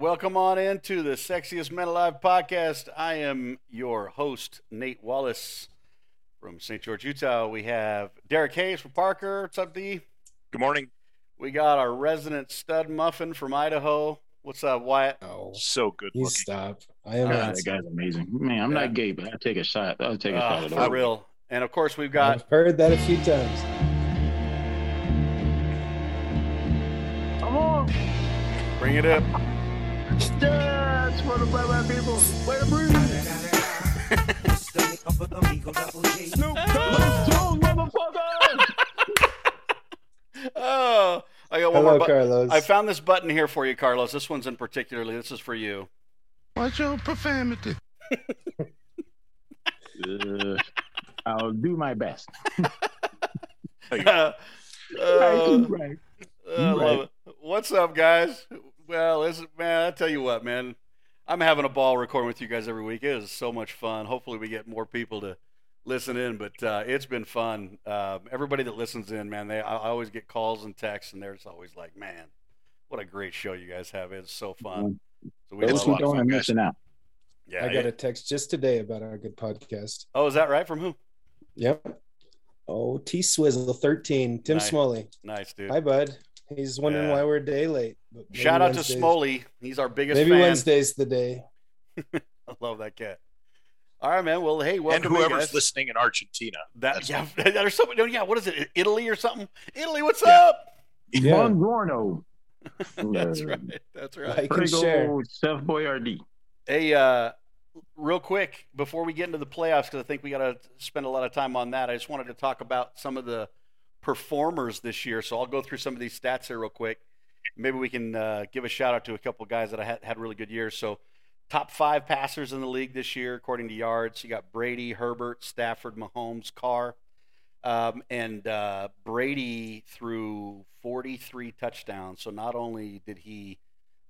Welcome on into the Sexiest Men Alive podcast. I am your host, Nate Wallace from St. George, Utah. We have Derek Hayes from Parker. What's up, D? Good morning. We got our resident stud muffin from Idaho. What's up, Wyatt? Oh, So good you looking. stop. I am All not God, that guy's amazing. Man, I'm Yeah. not gay, but I'll take a shot. I'll take a shot Ah, at for all. real. And of course, we've got I've heard that a few times. Come on, bring it up. that's what about my people. Way to breathe. Let's do it, motherfucker. Oh, I got one Hello, more. Bu- Carlos. I found this button here for you, Carlos. This one's in particularly. This is for you. Watch your profanity. Uh, I'll do my best. Uh, Right, uh, right. I love it. What's up, guys? Well, this is, man, I tell you what, man, I'm having a ball recording with you guys every week. It is so much fun. Hopefully, we get more people to listen in, but uh, it's been fun. Uh, everybody that listens in, man, they I I always get calls and texts, and they're just always like, man, what a great show you guys have. It's so fun. Mm-hmm. So we Those love who it. don't are fun, guys. missing out. Yeah. I got yeah. a text just today about our good podcast. Oh, is that right? From who? Yep. Oh, T Swizzle 13, Tim Nice. Smoley. Nice, dude. Hi, bud. He's wondering Yeah. why we're a day late. but maybe Shout out to Wednesday's- Smoley. He's our biggest Maybe fan. Wednesday's the day. I love that cat. All right, man. Well, hey, And welcome. in, whoever's guys. listening in Argentina. That That's- yeah, there's somebody. Yeah, what is it? Italy or something? Italy, what's Yeah. up? Yeah. Buongiorno. That's Uh, right. That's right. Like and Big share. old Chef Boyardee. Hey, uh, real quick before we get into the playoffs, because I think we got to spend a lot of time on that. I just wanted to talk about some of the performers this year. So I'll go through some of these stats here real quick. Maybe we can uh, give a shout out to a couple guys that I had had really good years. So top five passers in the league this year according to yards. You got Brady, Herbert, Stafford, Mahomes, Carr. Um, and uh, Brady threw 43 touchdowns. So not only did he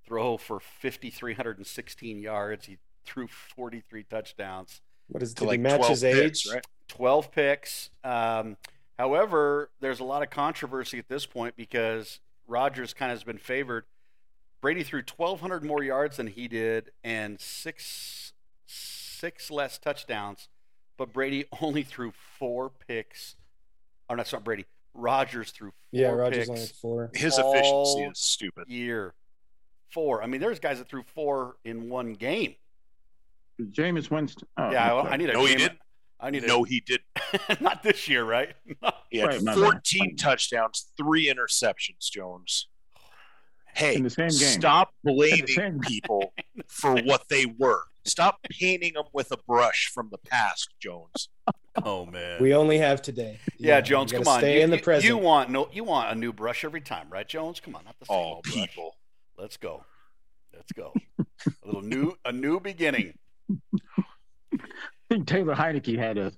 throw for 5,316 yards, he threw 43 touchdowns, What is To the like match 12 his picks, age? right? 12 picks. Um, however, there's a lot of controversy at this point because Rodgers kind of has been favored. Brady threw 1,200 more yards than he did and six six less touchdowns, but Brady only threw four picks. Or not, sorry, Brady. Rodgers threw four Yeah, Rogers picks only four. His All- efficiency is stupid. year. Four. I mean, there's guys that threw four in one game. Jameis Winston. Oh, yeah, I, okay. I need a. No, he game- didn't. I need a. No, he didn't. not this year, right? He had Right, my bad. 14 touchdowns, three interceptions, Jones. Hey, In the same game. stop In the blaming same- people for what they were. Stop painting them with a brush from the past, Jones. oh man. We only have today. yeah, we Jones, gotta come on. Stay you, in the you- present. You want no? You want a new brush every time, right, Jones? Come on, not the Oh, same All old brush. people. Let's go. Let's go. a little new, a new beginning. I think Taylor Heineke had a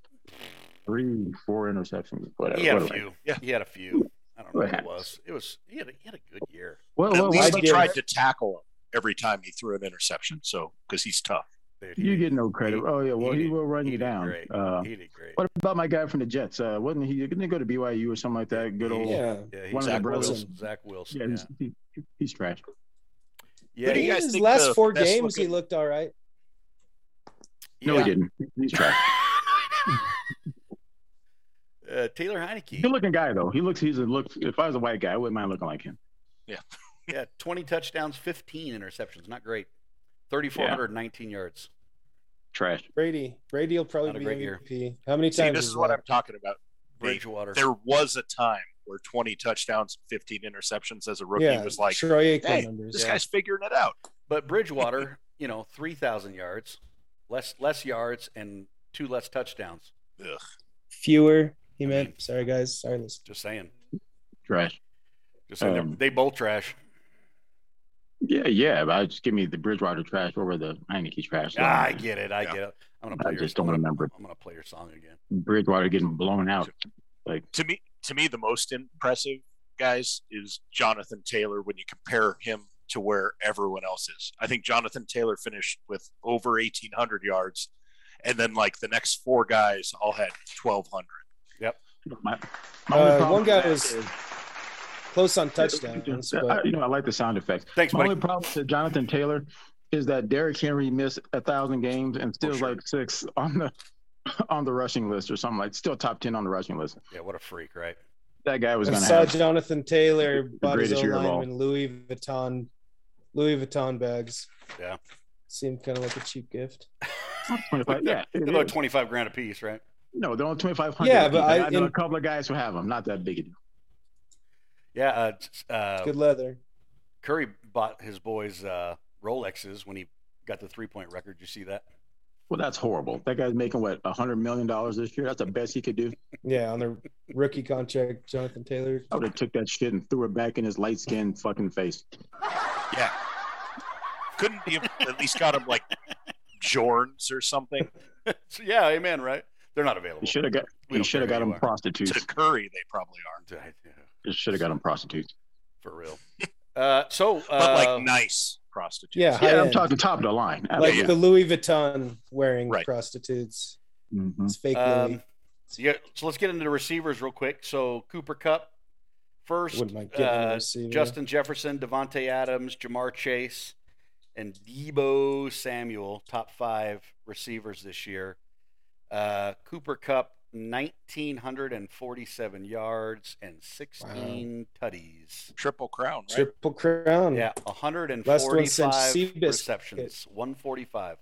three, four interceptions. Whatever. He had a whatever. few. Yeah. He had a few. I don't know what it Perhaps. was. It was. He had a, he had a good year. Well, At well, least why he give- tried to tackle him every time he threw an interception. So, because he's tough. Dude, he you did- get no credit. he- oh yeah, well he he, did- will run he you did down. great. Uh, he did great. what about my guy from the Jets? Uh, wasn't he? Didn't he go to BYU or something like that? Good old. Yeah, Yeah. Yeah, one of the Zach brothers. Wilson. Zach Wilson. he's, he, he's trash. Yeah, Who do you yeah, guys His think last the four best games, he looking- looked all right. No, yeah. he didn't. He's trash. Uh, Taylor Heineke. Good looking guy though. He looks. He's a look. If I was a white guy, I wouldn't mind looking like him. Yeah, 20 touchdowns, 15 interceptions. Not great. 3,419 yards. Trash. Brady. Brady will probably Not a be great year. MVP. How many See, times? this is what that? I'm talking about. They- Bridgewater. There was a time where 20 touchdowns and 15 interceptions as a rookie yeah, was like, Troy Aikman "Hey, numbers. this Yeah. guy's figuring it out. But Bridgewater, you know, 3,000 yards, less less yards, and two less touchdowns. Ugh. Fewer. He I meant. mean- Sorry, guys. Sorry, listen. Just saying. Trash. Just saying. Um, They're- they both trash. Yeah, yeah. But I just give me the Bridgewater trash over the Heineke trash. Ah, I get it. I Yeah. get it. I'm gonna I play your, just don't I'm gonna- remember. I'm going to play your song again. Bridgewater getting blown out. To me, to me, the most impressive guys is Jonathan Taylor when you compare him to where everyone else is. I think Jonathan Taylor finished with over 1,800 yards, and then like the next four guys all had 1,200. My, my Uh, only problem one with guy that was- is- close on touchdowns, I, but you know, I like the sound effects. Thanks, My buddy. only problem to Jonathan Taylor is that Derrick Henry missed a thousand games and still sure. like six on the on the rushing list or something like still top ten on the rushing list. Yeah, what a freak, right? That guy was I going to saw have. Jonathan Taylor bought his greatest own year of all. lineman Louis Vuitton, Louis Vuitton bags. Yeah. seemed kind of like a cheap gift. 25 yeah, it They're like is. 25 grand a piece, right? no, they're only twenty five hundred. Yeah, but I- know a in- couple of guys who have them. Not that big a deal. Yeah. Uh, s- uh, Good leather. Curry bought his boys uh, Rolexes when he got the three point record. You see that? Well, that's horrible. That guy's making what hundred million dollars this year. That's the best he could do. Yeah, on the rookie contract, Jonathan Taylor. I would have took that shit and threw it back in his light skinned fucking face. Yeah. Couldn't you have at least got him like Jorns or something So, yeah, amen, right? They're not available. He should have got. We He don't should have care got who him you are. prostitutes. to Curry? They probably are, Yeah, He should have got him prostitutes. For real. Uh, so, but uh, like nice prostitutes. Yeah, high Yeah, I'm end. talking top of the line. like yeah. the Louis Vuitton wearing Right. prostitutes. Mhm. It's fake um, Louis. so, yeah, so let's get into the receivers real quick. So Cooper Cup first, Wouldn't mind getting a uh, receiver. Justin Jefferson, Devontae Adams, Jamar Chase, and Debo Samuel, top five receivers this year. Uh, Cooper Cup, 1,947 yards and 16 tutties. Triple crown, right? triple crown. Yeah, Last one since 145 Seabiscuit. receptions, 145.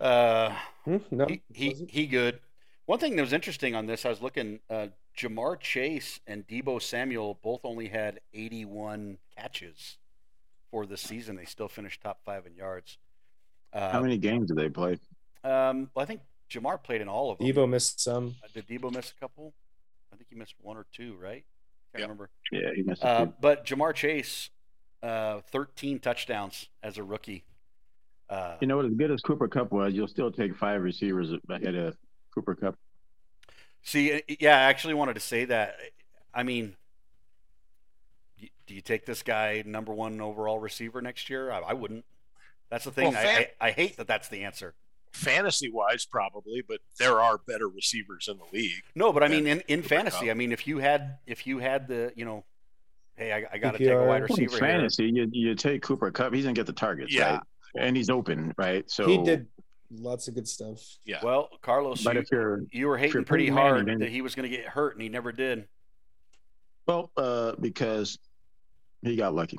Uh, Hmm? No, he, he, wasn't. he good. One thing that was interesting on this, I was looking. Uh, Jamar Chase and Debo Samuel both only had 81 catches for the season. They still finished top five in yards. Uh, How many games did they play? Um, well, I think Jamar played in all of them. Evo missed some. Uh, Did Debo miss a couple? I think he missed one or two, right? Can't Yeah. remember. Yeah, he missed. a Uh, few. but Jamar Chase, uh, 13 touchdowns as a rookie. Uh, you know what? As good as Cooper Cup was, you'll still take five receivers ahead of Cooper Cup. See, I- yeah, I actually wanted to say that. I mean, y- do you take this guy number one overall receiver next year? I, I wouldn't. That's the thing. Well, I, fan- I, I hate that that's the answer. Fantasy wise, probably, but there are better receivers in the league. No, but I mean, Yeah, in, in Cooper fantasy, Cup. I mean, if you had if you had the you know, hey, I, I got to take a PPR. wide Well, receiver here. fantasy, you, you take Cooper Cup. He's gonna get the targets. Yeah. right? and he's open, right? So He did lots of good stuff. Yeah. Well, Carlos, But you, if you're you were hating you're pretty Peyton Manning, hard then- that he was going to get hurt, and he never did. well, uh, because he got lucky.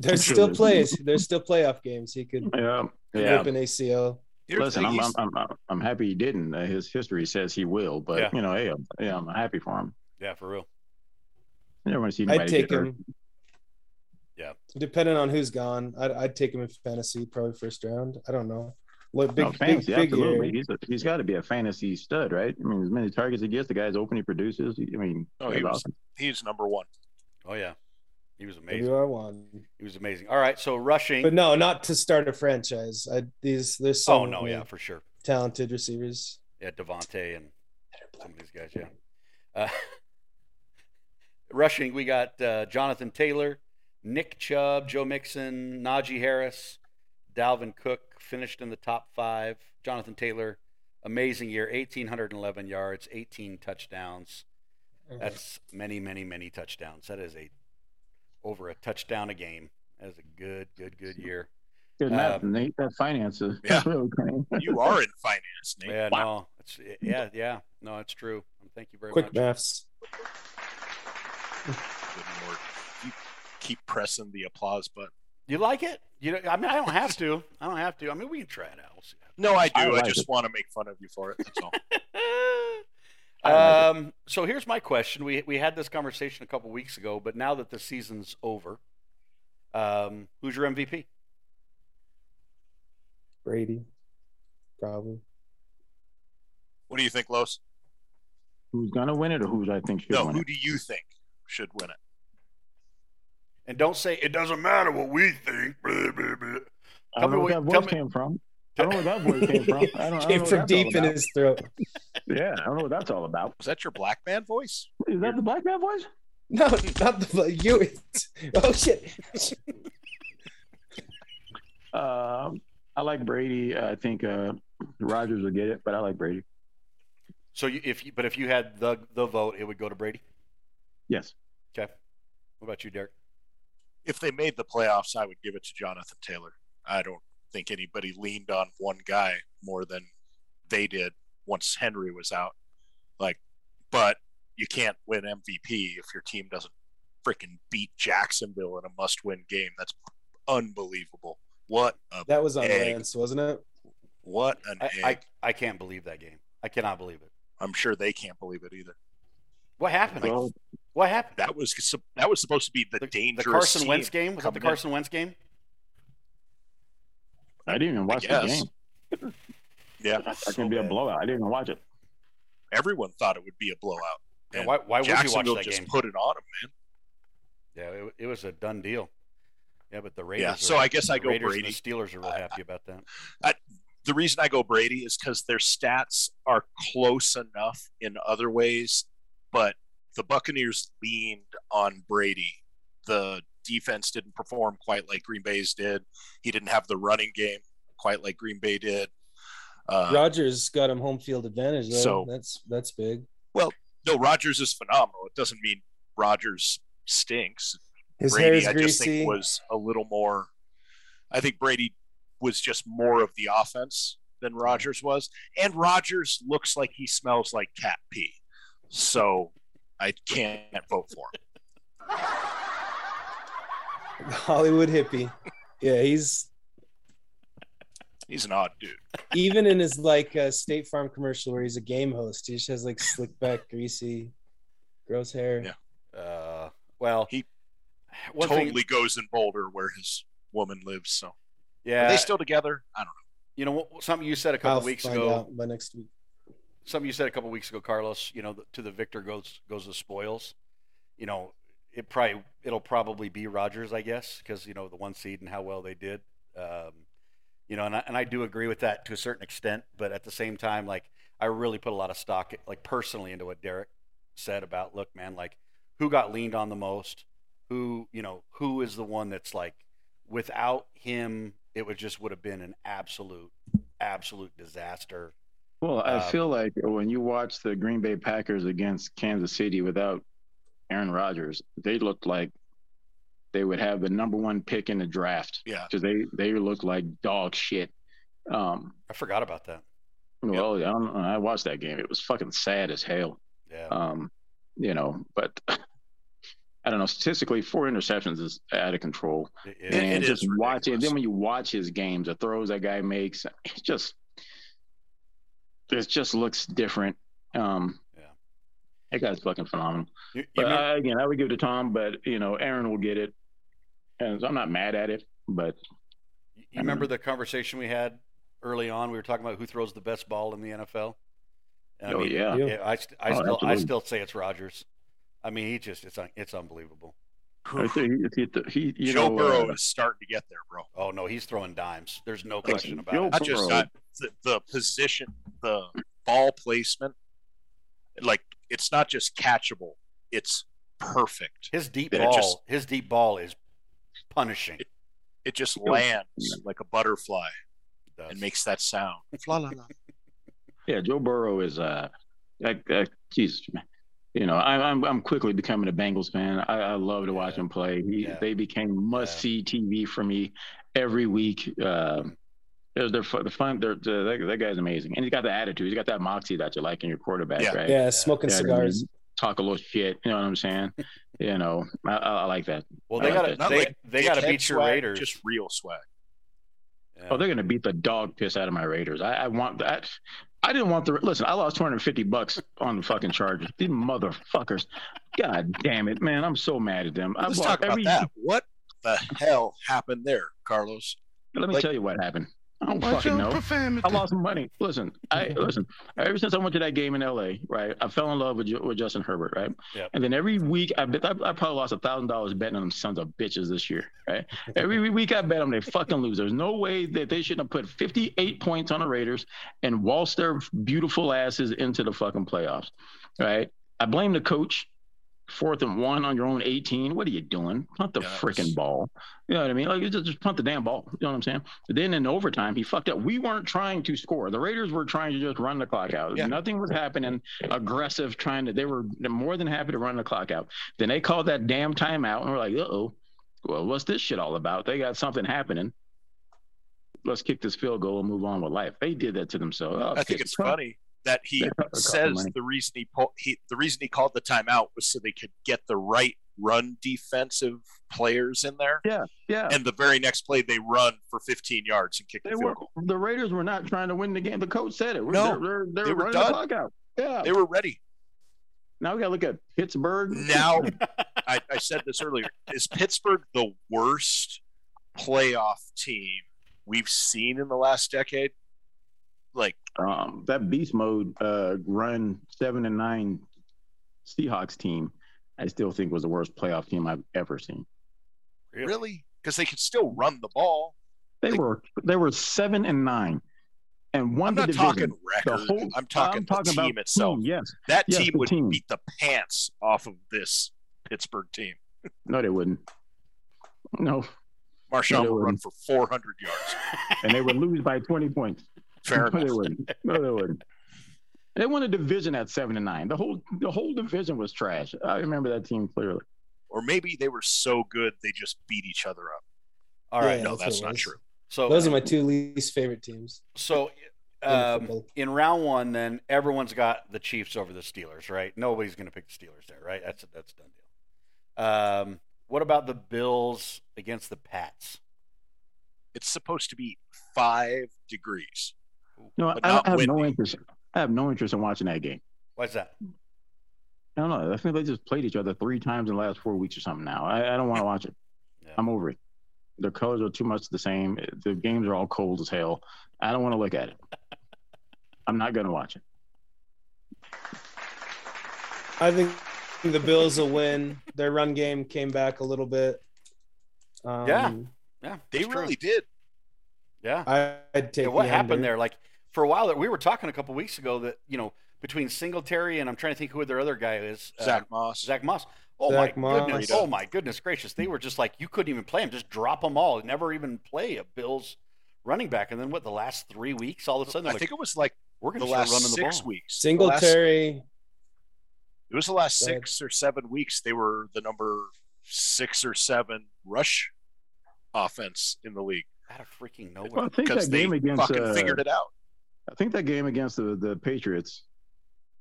There's Sure. still plays. There's still playoff games. He could Yeah, yeah. open ACL. Here's the Listen, thing, I'm, I'm, he's- I'm I'm- I'm happy he didn't. Uh, his history says he will, but Yeah. you know, hey, I'm, yeah, I'm happy for him. Yeah, for real. I never want to see anybody I'd take get hurt. him. Yeah. Depending on who's gone, I'd, I'd take him in fantasy, probably first round. I don't know. Look, big, No, big Oh, fantasy, figure. absolutely. He's a, he's got to be a fantasy stud, right? I mean, as many targets he gets, the guy's open, he produces. I mean, Oh, he that's was- awesome. he's number one. Oh yeah, he was amazing. WR one. He was amazing. All right, so rushing. But no, not to start a franchise. I, these there's so oh no, many yeah, for sure. talented receivers. Yeah, Devontae and some of these guys. Yeah. Uh, rushing, we got uh, Jonathan Taylor, Nick Chubb, Joe Mixon, Najee Harris, Dalvin Cook finished in the top five. Jonathan Taylor, amazing year, 1,811 yards, 18 touchdowns. That's many, many, many touchdowns. That is a over a touchdown a game. That is a good, good, good year. Good Uh, math, Nate. That finances. Um, Yeah. Okay. You are in finance, Nate. Yeah, no, it's, yeah, yeah, no, it's true. Thank you very Quick much. maths. Good lord. You keep pressing the applause button. You like it? You know, I mean, I don't have to. I don't have to. I mean, we can try it out. We'll see. No, I do. I I, like just it. want to make fun of you for it. That's all. I like um, so here's my question. We we had this conversation a couple weeks ago, but now that the season's over, um, who's your MVP? Brady, probably. what do you think, Los? Who's gonna win it, or who's I think should No, win who it? do you think should win it? And don't say it doesn't matter what we think. Blah, blah, blah. I Tell don't know where me that what- tell voice me- came from. I don't know where that voice came from. I don't, I don't know Came what from that's deep all in about. his throat. Yeah, I don't know what that's all about. Was that your black man voice? Is that the black man voice? No, not the you. it's- Oh shit! Um, I like Brady. I think uh, Rogers will get it, but I like Brady. So you, if you, but if you had the the vote, it would go to Brady. Yes. Okay. What about you, Derek? If they made the playoffs, I would give it to Jonathan Taylor. I don't think anybody leaned on one guy more than they did once Henry was out. Like, but you can't win MVP if your team doesn't freaking beat Jacksonville in a must win game. That's unbelievable. What a That was on Egg. Lance, wasn't it? what an I, egg. I, I can't believe that game. I cannot believe it. I'm sure they can't believe it either. What happened? Well, what happened? That was sup- that was supposed to be the, the, the dangerous Carson team Wentz game? Was that the coming in. Carson Wentz game? I didn't even watch the guess. game. Yeah, That can Oh, be a blowout. I didn't even watch it. everyone thought it would be a blowout. Yeah, And why why would you watch Jacksonville that just game? put it on them, man. yeah, it, it was a done deal. Yeah, but the Raiders. Yeah, are- so I guess I the go Raiders Brady. And the Steelers are real I- happy about that. the reason I go Brady is because their stats are close enough in other ways, but the Buccaneers leaned on Brady. The defense didn't perform quite like Green Bay's did. He didn't have the running game quite like Green Bay did. Uh, Rogers got him home field advantage though. So- that's that's big. no, Rodgers is phenomenal. It doesn't mean Rodgers stinks. His hair Brady, is I just greasy. think was a little more. I think Brady was just more of the offense than Rogers was, and Rogers looks like he smells like cat pee, so I can't vote for him. Hollywood hippie. Yeah, he's He's an odd dude. even in his like uh, State Farm commercial where he's a game host. He just has like slick back, greasy, gross hair. Yeah. Uh, well, He one thing- totally goes in Boulder where his woman lives. So yeah, are they still together? I don't know. you know what- something you said a couple I'll weeks find ago. out by next week. something you said a couple weeks ago, Carlos. You know, the, to the victor goes goes the spoils. You know, it probably it'll probably be Rogers, I guess, because you know the one seed and how well they did. Um, you know, and I, and I do agree with that to a certain extent, but at the same time, like I really put a lot of stock, like personally, into what Derek said about look, man, like who got leaned on the most, who you know, who is the one that's like without him, it would just would have been an absolute, absolute disaster. Well, I Uh, feel like when you watch the Green Bay Packers against Kansas City without Aaron Rodgers, they looked like they would have the number one pick in the draft Yeah. because they they looked like dog shit. Um, I forgot about that. well, I, don't, I watched that game; it was fucking sad as hell. Yeah. Um, you know, but I don't know. Statistically, four interceptions is out of control. It is. It- and it just is watch it. ridiculous. Then when you watch his games, the throws that guy makes, it's just it just looks different. Um, Yeah. that guy's fucking phenomenal. You- you But uh, remember- I, again, I would give it to Tom, but you know, Aaron will get it, and so I'm not mad at it. But you remember the conversation we had early on? We were talking about who throws the best ball in the NFL. And I oh mean, yeah, Yeah. I, st- I Oh, still, I absolutely. still say it's Rogers. I mean, he just, it's, un- it's unbelievable. I think he, he- he- you Joe know, Burrow uh, is starting to get there, bro. Oh no, he's throwing dimes. There's no question about Joe it. not just Burrow. that the, the position the ball placement like it's not just catchable it's perfect His deep Yeah, ball, just- his deep ball is punishing. It it just lands like a butterfly does. and makes that sound yeah, Joe Burrow is uh, like uh, Jesus, man. You know, I, I'm I'm quickly becoming a Bengals fan. I, I love to watch Yeah. him play. He, Yeah. They became must see TV for me every week. Um, they're, they're fu- the fun. They're, they're- that, that guy's amazing, and he's got the attitude. He's got that moxie that you like in your quarterback, Yeah. right? Yeah, smoking Yeah, I cigars. mean, Talk a little shit. You know what I'm saying? you know, I, I, I like that. well, they Uh, got to, not they, like they got to Dickhead beat your swag, Raiders. just real swag Yeah. Oh, they're gonna beat the dog piss out of my Raiders. I, I want that. I didn't want the listen. I lost 250 bucks on the fucking Chargers. These motherfuckers. God damn it, man! I'm so mad at them. I let's bought talk about every- that what the hell happened there carlos Let me Like- tell you what happened. I don't Watch fucking your know. I profanity. lost some money. Listen, I Mm-hmm. listen. Ever since I went to that game in L.A., right, I fell in love with, Ju- with Justin Herbert, right. Yep. And then every week, I bet I, I probably lost a thousand dollars betting on them sons of bitches this year, right. every week I bet them they fucking lose. There's no way that they shouldn't have put 58 points on the Raiders and waltz their beautiful asses into the fucking playoffs, right. I blame the coach. fourth and one on your own 18. What are you doing? Punt the Yeah, frickin' it's- ball. You know what I mean? Like, you just, just punt the damn ball. You know what I'm saying? then in overtime, he fucked up. We weren't trying to score. The Raiders were trying to just run the clock out. Yeah. Nothing was happening. Aggressive, trying to. They were more than happy to run the clock out. Then they called that damn timeout, and we're like, uh oh. Well, what's this shit all about? They got something happening. Let's kick this field goal and move on with life. They did that to themselves. Oh, I think kick it's the punt. funny that he They cut the says money. the reason he, po- he the reason he called the timeout was so they could get the right run defensive players in there. Yeah. And the very next play, they run for 15 yards and kick the They field were goal. the Raiders were not trying to win the game. The coach said it. We're- No, they're, they're, they're they were running done. the clock out. Yeah. They were ready. now we got to look at Pittsburgh. Now, I, I said this earlier. Is Pittsburgh the worst playoff team we've seen in the last decade? Like, um, that beast mode uh, run seven and nine Seahawks team, I still think was the worst playoff team I've ever seen. really? Because they could still run the ball. They Like- were they were seven and nine, and won I'm the not division. talking record. whole- I'm talking I'm the talking about team itself. Team, yes, That Yes, team the would team. beat the pants off of this Pittsburgh team. no, they wouldn't. No, Marshawn they will run wouldn't. for 400 yards. and they would lose by twenty points. Fair no, enough. they wouldn't. No, they wouldn't. They won a division at seven and nine. The whole the whole division was trash. I remember that team clearly. Or maybe they were so good they just beat each other up. All right. Yeah. no, that's what that's it not was. true. So Those are my two least favorite teams. so in um, football. in round one, then everyone's got the Chiefs over the Steelers, right? Nobody's going to pick the Steelers there, right? That's that's a done deal. Um, what about the Bills against the Pats? It's supposed to be five degrees. No, I, But I not have no winning. interest. I have no interest in watching that game. Why's that? I don't know. I think they just played each other three times in the last four weeks or something. Now I, I don't want to watch it. Yeah. I'm over it. The colors are too much the same. The games are all cold as hell. I don't want to look at it. I'm not going to watch it. I think the Bills will win. Their run game came back a little bit. Um, Yeah. Yeah, They it's true. really did. Yeah. I, I'd take. Yeah, what the happened under. there? Like for a while, that we were talking a couple weeks ago that you know between Singletary and I'm trying to think who their other guy is. uh, Zach Moss. Zach Moss. Oh Zach my Moss. goodness! Oh my goodness gracious! They were just like you couldn't even play him. Just drop them all. Never even play a Bills running back. And then what? The last three weeks, all of a sudden, I they're like, think it was like we're going the to start last running the six ball. weeks. The last- Singletary. it was the last Go ahead. six or seven weeks. They were the number six or seven rush offense in the league Out of freaking Well, I nowhere. think because that they game against fucking uh, figured it out. I think that game against the, the Patriots,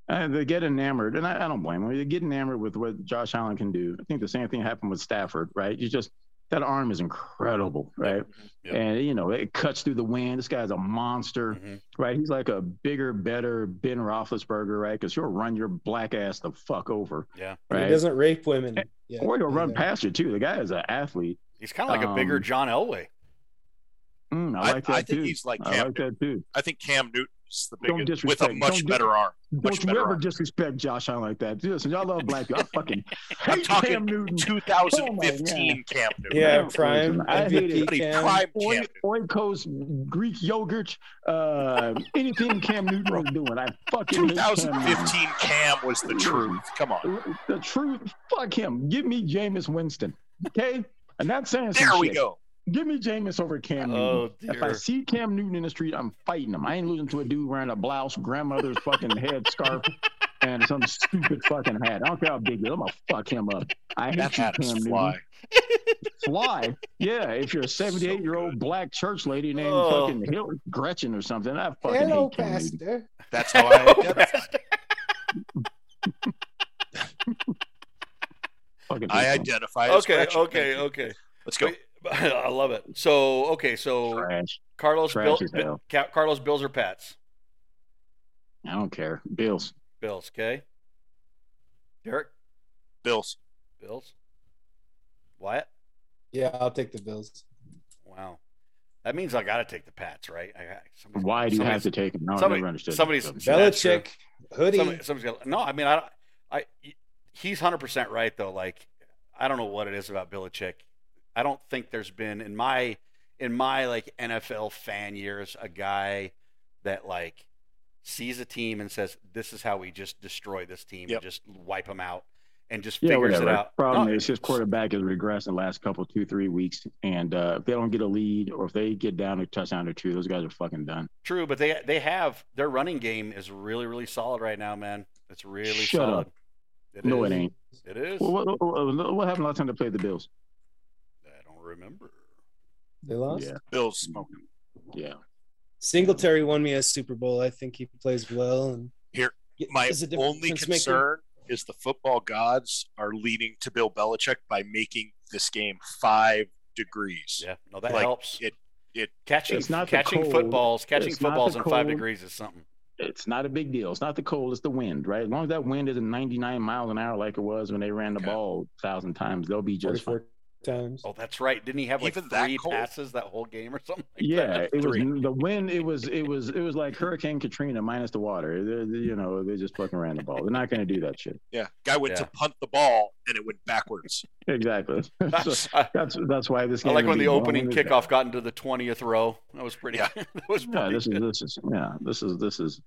uh, they get enamored, and I, I don't blame them. They get enamored with what Josh Allen can do. I think the same thing happened with Stafford, right? You just that arm is incredible, right? Yep. And you know it cuts through the wind. This guy's a monster, Mhm. right? He's like a bigger, better Ben Roethlisberger, right? Because he'll run your black ass the fuck over, Yeah, He right? doesn't rape women. Yeah, or he'll run either. past you too. The guy is an athlete. he's kind of like a bigger Um, John Elway. Mm, I I, like that I think too. he's like Cam. I like Newton. that too. I think Cam Newton's the Don't biggest with a disrespect- much don't better arm. Much Don't you better ever arm. disrespect Josh Allen like that. Listen, y'all love black people. I fucking I'm hate talking Cam Newton. 2015 Cam Newton. Yeah, Yeah, prime I hate MVP. it. Buddy, Cam. prime Oy- Cam. Oikos, Greek yogurt, uh, anything Cam Newton was doing, I fucking hate Cam Newton. 2015 Cam was the truth. Come on. The truth, fuck him. Give me Jameis Winston, okay? And that's saying some There we shit. go. Give me Jameis over Cam Newton. Oh If I dear. see Cam Newton in the street, I'm fighting him. I ain't losing to a dude wearing a blouse, grandmother's fucking head scarf, and some stupid fucking hat. I don't care how big he is. I'm gonna fuck him up. I hate That you, had Cam to Newton. fly. Fly. Yeah, if you're a 78 year old black church lady named Oh. fucking Hill Gretchen or something, I fucking Hello, hate Cam Newton. Pastor. That's how I identify. Fucking I hate him. identify. as okay, Gretchen. okay, Thank you. okay. Let's go. I love it. So okay, so Trash. Carlos, Trash Bill, as hell. Ca- Carlos, Bills or Pats? I don't care. Bills. Bills. Okay. Derek, Bills. Bills. Wyatt. Yeah, I'll take the Bills. Wow. That means I got to take the Pats, right? I, I, somebody's- Why do you somebody's- have to take him? No, I somebody- never understood. somebody's- So, That's true. Belichick hoodie. Somebody, somebody's got, no, I mean, I, don't- I, he's hundred percent right though. Like, I don't know what it is about Belichick. I don't think there's been in my in my like NFL fan years a guy that like sees a team and says, "This is how we just destroy this team Yep. and just wipe them out." and just Yeah, figures whatever. it out. Problem No, is his quarterback is regressing the last couple two three weeks, and uh, if they don't get a lead or if they get down a touchdown or two, those guys are fucking done. True, but they they have their running game is really really solid right now, man. It's really Shut solid. up. no, is. it ain't. It is. Well, what, what, what happened last time they played the Bills? I don't remember. They lost. Yeah, Bills smoking. yeah. Singletary won me a Super Bowl. I think he plays well. And Here, Get- My is a difference only maker. concern is the football gods are leading to Bill Belichick by making this game five degrees. Yeah, no, that Like, helps. it- it- catching It's not the catching cold. footballs, catching It's not the footballs in five cold. degrees is something. It's not a big deal. It's not the cold. It's the wind, right? As long as that wind isn't 99 miles an hour like it was when they ran the Okay. ball a thousand times, they'll be just fine. Forty-four times. Oh, that's right. Didn't he have like Even that three cold? passes that whole game or something? like that? Yeah, it was Three. the wind. It was it was it was like Hurricane Katrina minus the water. They're- they're, you know, they just fucking ran the ball. They're not going to do that shit. Yeah. Guy went Yeah. to punt the ball and it went backwards. Exactly. So I, that's that's why this. I Game like would when be the long opening as that. kickoff got into the twentieth row. That was pretty. Yeah. that was Yeah, pretty. this is this is yeah, this is this is.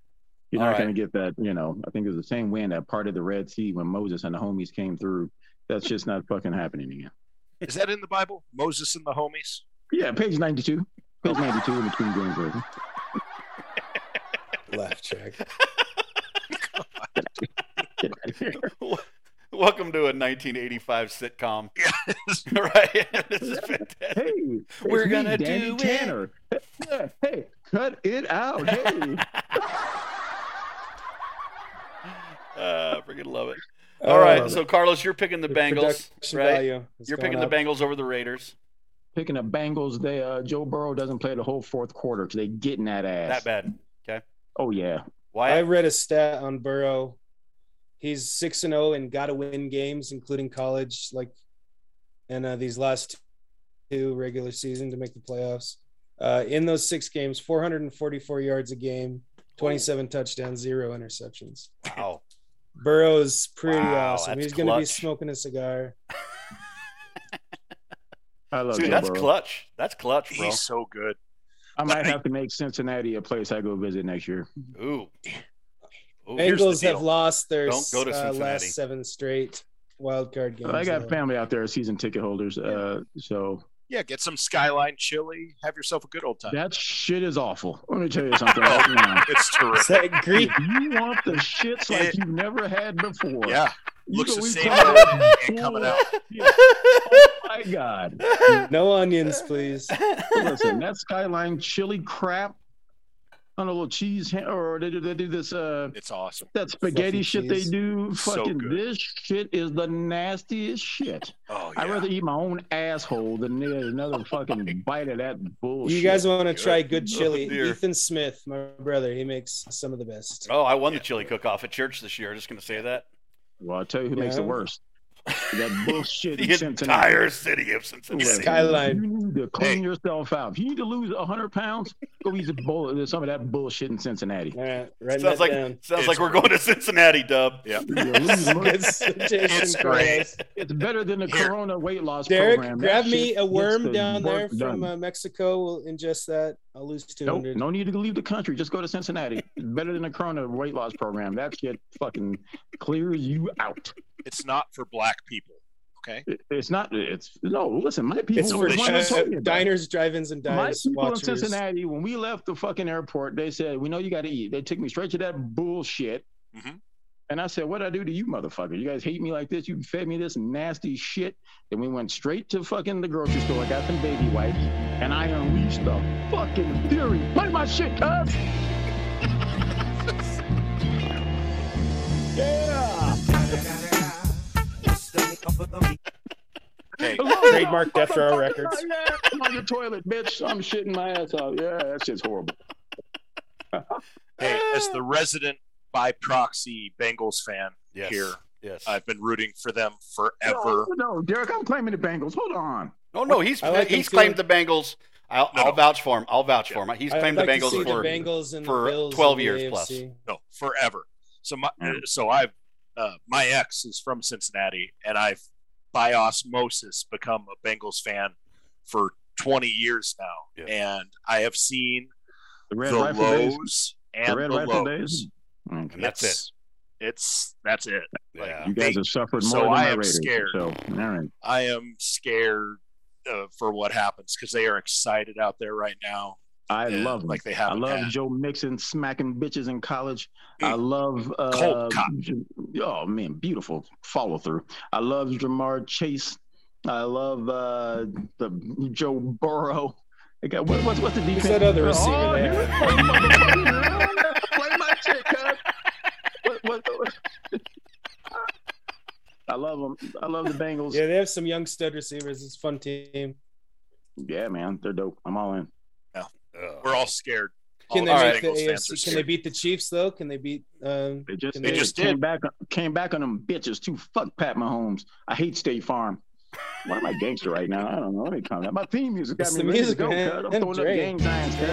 You're All not right. going to get that. You know, I think it was the same wind that parted the Red Sea when Moses and the homies came through. That's just not fucking happening again. Is that in the Bible? Moses and the homies? Yeah, page 92. Page 92 in the King James Version. Laugh track. Get out of here. Welcome to a 1985 sitcom. right, this is fantastic. Hey, We're it's me, gonna Danny do it. Tanner. Yeah, Hey, cut it out. Hey, Uh, freaking Oh, love it. All right, so Carlos, you're picking the Your Bengals, Um, production right? value is You're going picking up. the Bengals over the Raiders. picking up Bengals. They uh, Joe Burrow doesn't play the whole fourth quarter because they getting that ass. That bad. Okay. Oh yeah, Why? I read a stat on Burrow. He's six and zero and got to win games, including college, like, and uh, these last two regular season to make the playoffs. Uh, in those six games, 444 yards a game, 27 touchdowns, zero interceptions. wow. Burrow's pretty Wow, awesome. that's He's going to be clutch. smoking a cigar. I love Dude, Joe that's Burrow. clutch. That's clutch, bro. He's so good. I might have to make Cincinnati a place I go visit next year. Ooh. Ooh. Here's the Bengals have deal. lost their Don't go to uh, Cincinnati. last seven straight wild card games. I got now. family out there, season ticket holders. Uh, so Yeah, get some skyline chili. Have yourself a good old time. Oh, that shit is awful. Let me tell you something right now. It's Is terrific. that Greek? You want the shits like you've never had before. Yeah. You Looks go- the we same come going out- in and coming out. My God. No onions, please. Listen, that skyline chili crap on a little cheese ha- or they do they do this uh It's awesome. that Fluffy spaghetti shit they cheese. do. So Fucking good. this shit is the nastiest shit. Oh yeah. I'd rather eat my own asshole than get another fucking bite of that bullshit. You guys want to Good. try good Oh, chili? dear. Ethan Smith, my brother, he makes some of the best. oh, I won the chili cook off at church this year. I'm just going to say that. Well, I'll tell you who makes it Yeah. worse. That bullshit in The Cincinnati. entire city of Cincinnati. Listen, Skyline. You need to clean Hey. yourself out. If you need to lose 100 pounds, go eat a bowl of some of that bullshit in Cincinnati. All right, write sounds that like down. sounds It's like we're going to Cincinnati, Dub. Yeah. You'll lose more- Good suggestion, It's Carlos. great. It's better than the Here. Corona weight loss Derek, program. That grab shit me a gets worm the down there work done. from uh, Mexico. We'll ingest that. I'll lose two Nope, hundred. no need to leave the country. Just go to Cincinnati. It's better than the Corona weight loss program. That shit fucking clears you out. It's not for black people. Okay. It- it's not. It's no. Listen, my people. It's for the one that's uh, talking about it. diners, drive-ins, and My dives. people Watchers. in Cincinnati, when we left the fucking airport, they said, "We know you got to eat." They took me straight to that bullshit, Mhm. and I said, "What I do to you, motherfucker? You guys hate me like this. You fed me this nasty shit." Then we went straight to fucking the grocery store, got some baby wipes, and I unleashed the fucking fury. Play my shit, cuz. yeah. Hey, Trademarked after our records. Yeah, I'm on the toilet, bitch. I'm shitting my ass off. Yeah, that shit's horrible. hey, as the resident by proxy Bengals fan Yes. here, Yes. I've been rooting for them forever. No, no, Derek, I'm claiming the Bengals. Hold on. no, no, he's I like him he's too. claimed the Bengals. I'll, No, I'll no. vouch for him. I'll vouch for him. He's I'd claimed like the to see Bengals the for Bengals and the for Bills 12 in the years AFC. plus. No, forever. So my Yeah. so I've uh, my ex is from Cincinnati, and I've by osmosis become a Bengals fan for 20 years now, and I have seen The the lows and Red the lows. Rifle days. Okay. and that's it. It's- It's that's it. Like, Yeah. You guys They- have suffered more so than I my am Raiders. scared. So, all right. I am scared uh, for what happens because they are excited out there right now. I and, love 'em. like they I haven't love had. Joe Mixon smacking bitches in college. I Mm. love uh, Cold cock. Oh man, beautiful follow through. I love Jamar Chase. I love uh, the Joe Burrow. They got- what- what's what's the defense? Who's that other receiver Oh, they you have? play my- play my shit, cuz. What- what- what- I love them. I love the Bengals. Yeah, they have some young stud receivers. It's a fun team. yeah, man, they're dope. I'm all in. Ugh. We're all scared. Can all they of make the Bengals fans are AFC? Can they scared. beat the Chiefs though? Can they beat? Um, They just Can they they- just came back came back on them bitches too. Fuck Pat Mahomes. I hate State Farm. Why am I gangster right now? I don't know. Let me calm down. My theme music got It's me the ready music, to go, man. cuz. I'm And throwing up Drake. gang signs, cuz.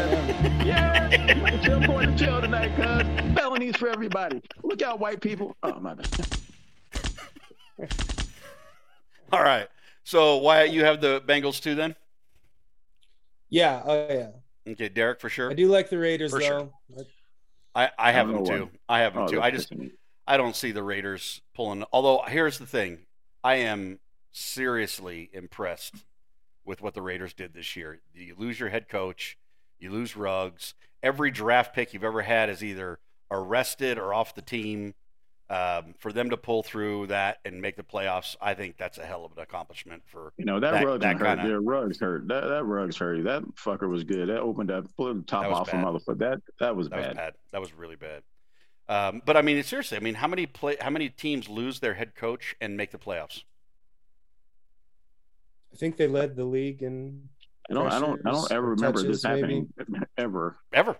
Yeah, my chill point to chill tonight, cuz. Felonies for everybody. Look out, white people. Oh my bad. All right. So Wyatt, you have the Bengals too then? yeah, oh yeah. Okay, Derek for sure. I do like the Raiders For sure. though. I, I have don't them know too. I have them Oh, too. that's I just pissing me. I don't see the Raiders pulling. Although here's the thing, I am seriously impressed with what the Raiders did this year. You lose your head coach, you lose Ruggs. Every draft pick you've ever had is either arrested or off the team. Um, for them to pull through that and make the playoffs, I think that's a hell of an accomplishment for. You know that, That- rug that hurt. kinda- Yeah, rugs hurt. That that rugs hurt. That fucker was good. That opened up, blew the top That was off a bad. motherfucker. That that was That was bad. bad. That was really bad. Um, but I mean, seriously, I mean, how many play, how many teams lose their head coach and make the playoffs? I think they led the league in I don't I don't I Pressures don't ever or remember this touches, maybe. happening ever. ever.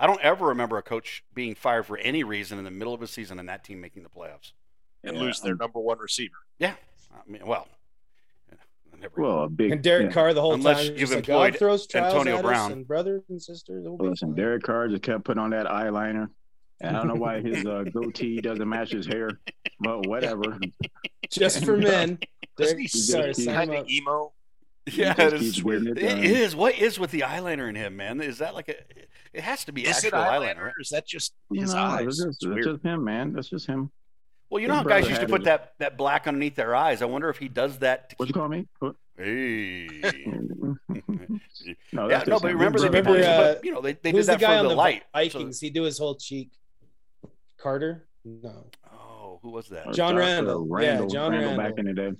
I don't ever remember a coach being fired for any reason in the middle of a season and that team making the playoffs. and Yeah, um, lose their number one receiver? I mean, well, yeah, I never. Well, a big and Derek yeah. Carr the whole Unless time. you've just like, employed God throws trials Antonio at us Brown. and brothers and sisters. It'll be Listen, fine. Derek Carr just kept putting on that eyeliner. And I don't know why his uh, goatee doesn't match his hair, but whatever. just for men. Isn't Derek he Carr, sign him kind up. of emo? yeah, just it is keeps getting weird. it It- done. it is. What is with the eyeliner in him, man? Is that like a? It has to be Is it actual eyeliner? eyeliner. right? Or is that just No, his eyes? that's just, It's that's weird. just him, man. That's just him. Well, you His know how brother guys used to had put it. that that black underneath their eyes. I wonder if he does that. To What you keep... call me? What? Hey. Oh, yeah, no, that's no, just but him. remember, His they, remember brother Remember, had it. uh, you know, they, they did Who's the that guy for on the, the light. So- Vikings? He do his whole cheek. Carter? No. oh, who was that? Or John Dr. Randall. Yeah, John back in the day.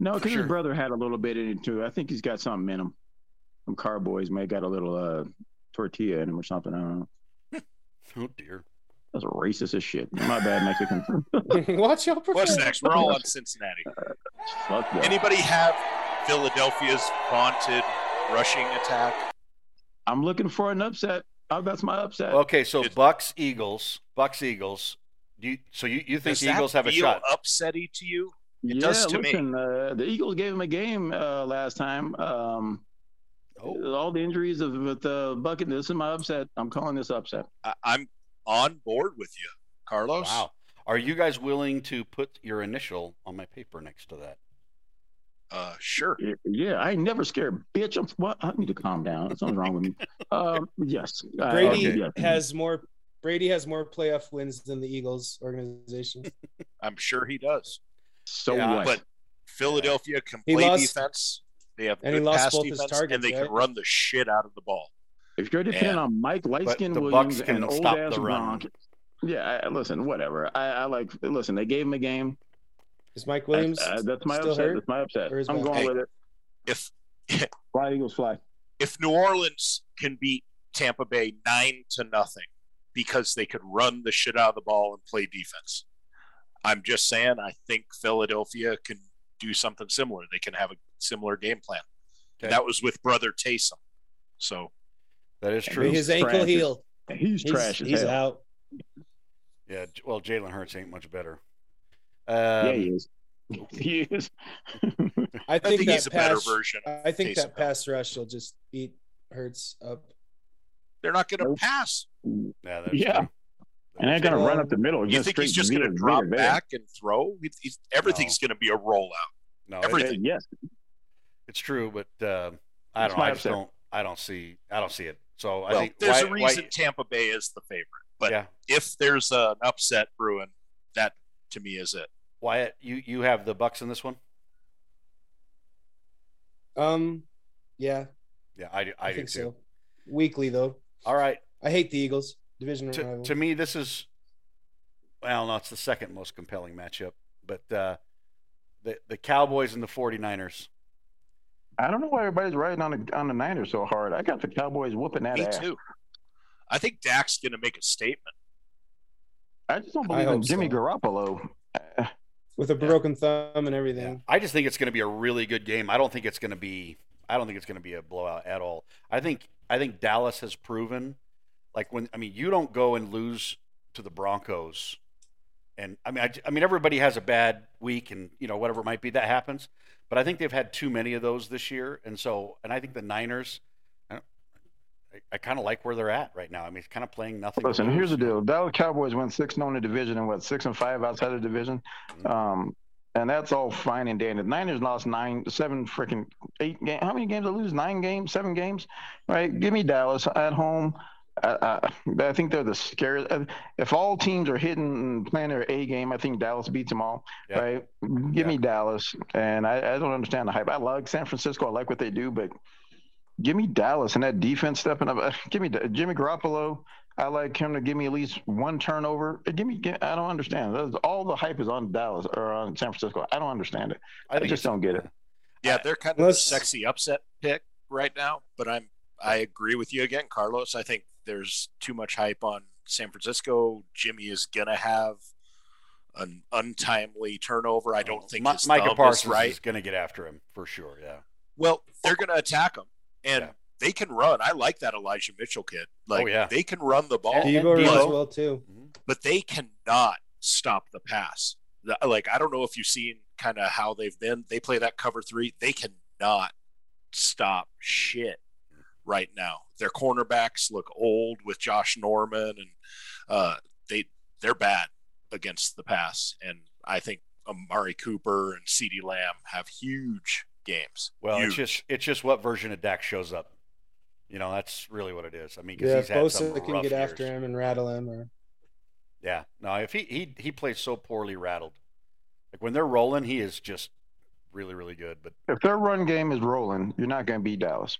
No, For because sure. his brother had a little bit in it too. I think he's got something in him. Some carboys may got a little uh, tortilla in him or something. I don't know. Oh dear. That's racist as shit. My bad, Mexican. Watch out for What's Frank. next? We're all on Cincinnati. Fuck that. Anybody have Philadelphia's vaunted rushing attack? I'm looking for an upset. Oh, that's my upset. Okay, so It's- Bucks Eagles, Bucks Eagles. Do you, so you, you think Does the that Eagles have a feel shot? upsetty to you? It does to me. Uh, the Eagles gave him a game uh, last time. Um, Oh, All the injuries of with the bucket. This is my upset. I'm calling this upset. I- I'm on board with you, Carlos. Wow. Are you guys willing to put your initial on my paper next to that? Uh, sure. Yeah, I ain't never scared, bitch. I'm what? I need to calm down. Something's wrong with me. Um, yes, I- Brady Okay. yes. has more. Brady has more playoff wins than the Eagles organization. I'm sure he does. So Yeah, what? But Philadelphia can He play lost- defense. They have and good he lost pass both his defense, targets, and they right? can run the shit out of the ball. if you're depending Yeah. on Mike Lightskin the Williams Bucks can and old stop ass the run. Gronk, yeah. I, listen, whatever. I, I like. Listen, they gave him a game. Is Mike Williams? I- I- Uh, that's my still upset. hurt? That's my upset. Or is I'm Mike- going Hey. with it. If Fly Eagles, fly. if New Orleans can beat Tampa Bay nine to nothing because they could run the shit out of the ball and play defense, I'm just saying I think Philadelphia can do something similar. They can have a similar game plan. Okay. That was with brother Taysom. So That is And true. his He's ankle trash. heel. And he's, He's, trash as he's hell. out. yeah. J- Well, Jalen Hurts ain't much better. Um, yeah, he is. He is. I I think, think, he's that a better pass. version. I think Taysom that Hill. pass rush will just beat Hurts up. They're not going to Nope. pass. yeah. that's Yeah. true. And they're gonna Well, run up the middle. You think he's just going to drop back and throw? He's- he's- everything's going to be a rollout. No, Everything. it, Uh, Yes, it's true, but uh, I don't. That's know. my I just upset. don't. I don't see. I don't see it. So I Well, think there's why, a reason Tampa Bay is the favorite. Why, but- yeah. If there's an upset brewing, that to me is it. Wyatt, you you have the Bucks in this one. Um, yeah, Yeah, I do. I, I, do think too. so. Weekly though, All right. I hate the Eagles division to, rival. to me, this is well, no, it's the second most compelling matchup, but uh, the the Cowboys and the 49ers. I don't know why everybody's riding on the on the Niners so hard. I got the Cowboys whooping that Me ass. too. I think Dak's going to make a statement. I just don't I believe in hope so. Jimmy Garoppolo. Uh, with a broken thumb and everything. I just think it's going to be a really good game. I don't think it's going to be I don't think it's going to be a blowout at all. I think I think Dallas has proven like when I mean, you don't go and lose to the Broncos. And I mean, I, I mean, everybody has a bad week, and you know whatever it might be that happens. But I think they've had too many of those this year, and so, and I think the Niners, I, don't- I, I kind of like where they're at right now. I mean, it's kind of playing nothing. to listen, here's the lose. deal: Dallas Cowboys went six and zero in the division and what six and five outside of the division, Mhm. um, and that's all fine and dandy. The Niners lost nine, seven freaking eight games. How many games did they lose? Nine games, seven games. All Right? Give me Dallas at home. I, I, I think they're the scariest. uh, If all teams are hitting and playing their A game, I think Dallas beats them all. Yeah. Right? Give me Dallas, and I, I don't understand the hype. I like San Francisco. I like what they do, but give me Dallas and that defense stepping up. Uh, Give me Da- Jimmy Garoppolo. I like him to give me at least one turnover. Uh, Give me. Give, I don't understand. Those- all the hype is on Dallas or on San Francisco. I don't understand it. I, think just it's- don't get it. Yeah, I- they're kind of a Let's- sexy upset pick right now, but I'm I agree with you again, Carlos. I think there's too much hype on San Francisco. Jimmy is going to have an untimely turnover. I don't think Oh, Mi- his thumb Micah is Parsons right. is going to get after him for sure. Yeah. Well, they're going to attack him, and Yeah. they can run. I like that Elijah Mitchell kid. Like, Oh, yeah. they can run the ball, And- Debo and runs Debo. well too. but they cannot stop the pass. The- Like, I don't know if you've seen kind of how they've been. They play that cover three. They cannot stop shit right now. Their cornerbacks look old with Josh Norman, and uh, they they're bad against the pass. And I think Amari Cooper and Ceedee Lamb have huge games. Well, huge. it's just it's just what version of Dak shows up. You know, that's really what it is. I mean, 'cause Yeah, he's if had some Bosa can rough get years. after him and rattle him, or Yeah. No, if he he he plays so poorly rattled, like when they're rolling, he is just really really good. But If their run game is rolling, you're not going to beat Dallas.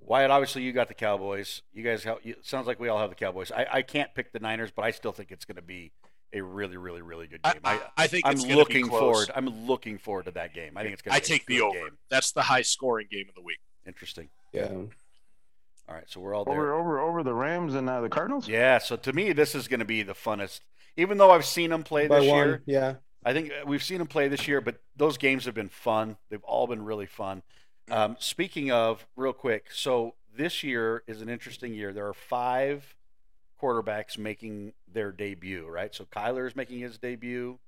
Wyatt, obviously, you got the Cowboys. You guys, have, you, sounds like we all have the Cowboys. I I can't pick the Niners, but I still think it's going to be a really really really good I, game. I, I think I'm it's gonna be looking close. forward. I'm looking forward to that game. I think it's going to. I take the over. Game. That's the high scoring game of the week. Interesting. yeah, All right, so we're all there. Over, over, over the Rams and uh, the Cardinals. Yeah, so to me, this is going to be the funnest. Even though I've seen them play by this one, year, yeah. I think uh, we've seen them play this year, but those games have been fun. They've all been really fun. Um, speaking of, real quick, so this year is an interesting year. There are five quarterbacks making their debut, right? So Kyler is making his debut.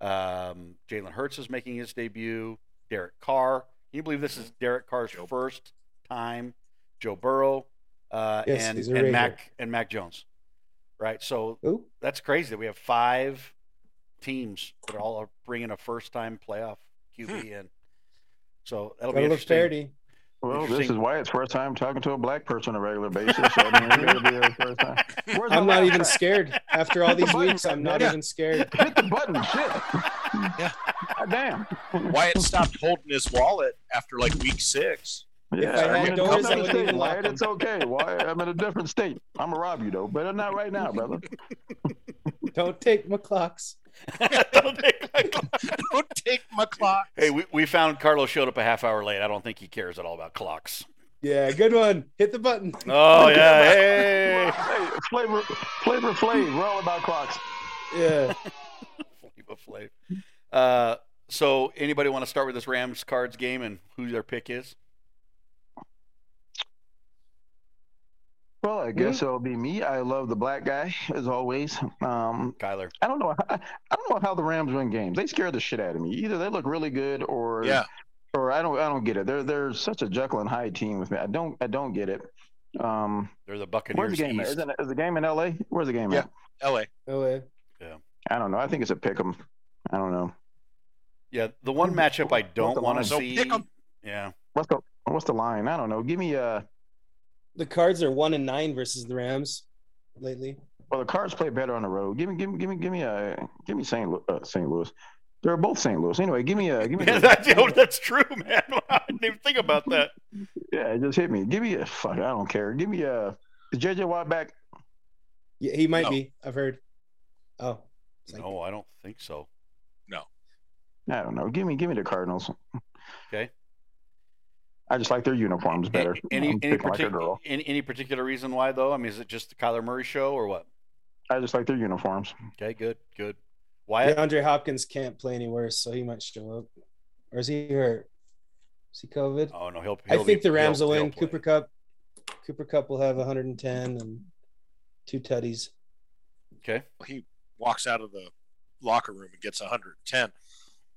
Um, Jalen Hurts is making his debut. Derek Carr. Can you believe this is Derek Carr's first time? Joe Burrow uh, Yes, and, he's a and Raider. Mac and Mac Jones, right? So Ooh, that's crazy that we have five teams that are all bringing a first time playoff QB in. So that'll got be a little interesting. parity. Well, this is Interesting. why it's first time talking to a black person on a regular basis. So, I mean, it's gotta be the first time. Where's the I'm not laugh even track? scared after all these weeks. I'm not Yeah. even scared. Hit the button. Shit. Yeah. God damn. Wyatt stopped holding his wallet after like week six. Yeah, I had I'm in doors, another I wouldn't state, even lock Wyatt. them. It's okay. Wyatt, I'm in a different state. I'm gonna rob you though, but not right now, brother. Don't take my clocks. Don't take my clock. Don't take my clock. hey, we, we found Carlos showed up a half hour late. I don't think he cares at all about clocks. Yeah, good one. Hit the button. Oh yeah, hey. Hey, flavor, flavor, flavor. We're all about clocks. Yeah, Flavor Flav. Uh, so anybody want to start with this Rams cards game and who their pick is? Well, I guess it'll be me. I love the black guy as always. Um, Kyler. I don't know. I, I don't know how the Rams win games. They scare the shit out of me. Either they look really good, or Yeah. or I don't. I don't get it. They're they're such a Jekyll and Hyde team with me. I don't. I don't get it. Um, They're the Buccaneers where's the game? At? Is, East. it, is the game in L.A.? Where's the game Yeah. at? LA. LA. I don't know. I think it's a pick 'em. I don't know. Yeah, the one matchup I don't the want to line? So see. pick 'em. Yeah, What's the What's the line? uh, I don't know. Give me a. The Cards are one and nine versus the Rams lately. Well, the Cards play better on the road. Give me, give me, give me, give me a, give me St. Lu- Uh, St. Louis. They're both St. Louis. Anyway, give me a, give me. Yeah, a- that, yo, that's true, man. I didn't even think about that. yeah, it just hit me. Give me a fuck. I don't care. Give me a. Is JJ Watt back? Yeah, he might No. be. I've heard. Oh, Like- No, I don't think so. I don't know. Give me, give me the Cardinals. Okay. I just like their uniforms better. A- Any I'm any, picking like a partic- girl. any any particular reason why though? I mean, is it just the Kyler Murray show or what? I just like their uniforms. Okay, good, good. Wyatt, DeAndre Hopkins can't play any worse, so he might show up. Or is he hurt? Is he COVID? oh no, he'll. I he'll think be- the Rams he'll- will he'll win. play. Cooper Cup, Cooper Cup will have 110 and two tutties. Okay, He walks out of the locker room and gets 110,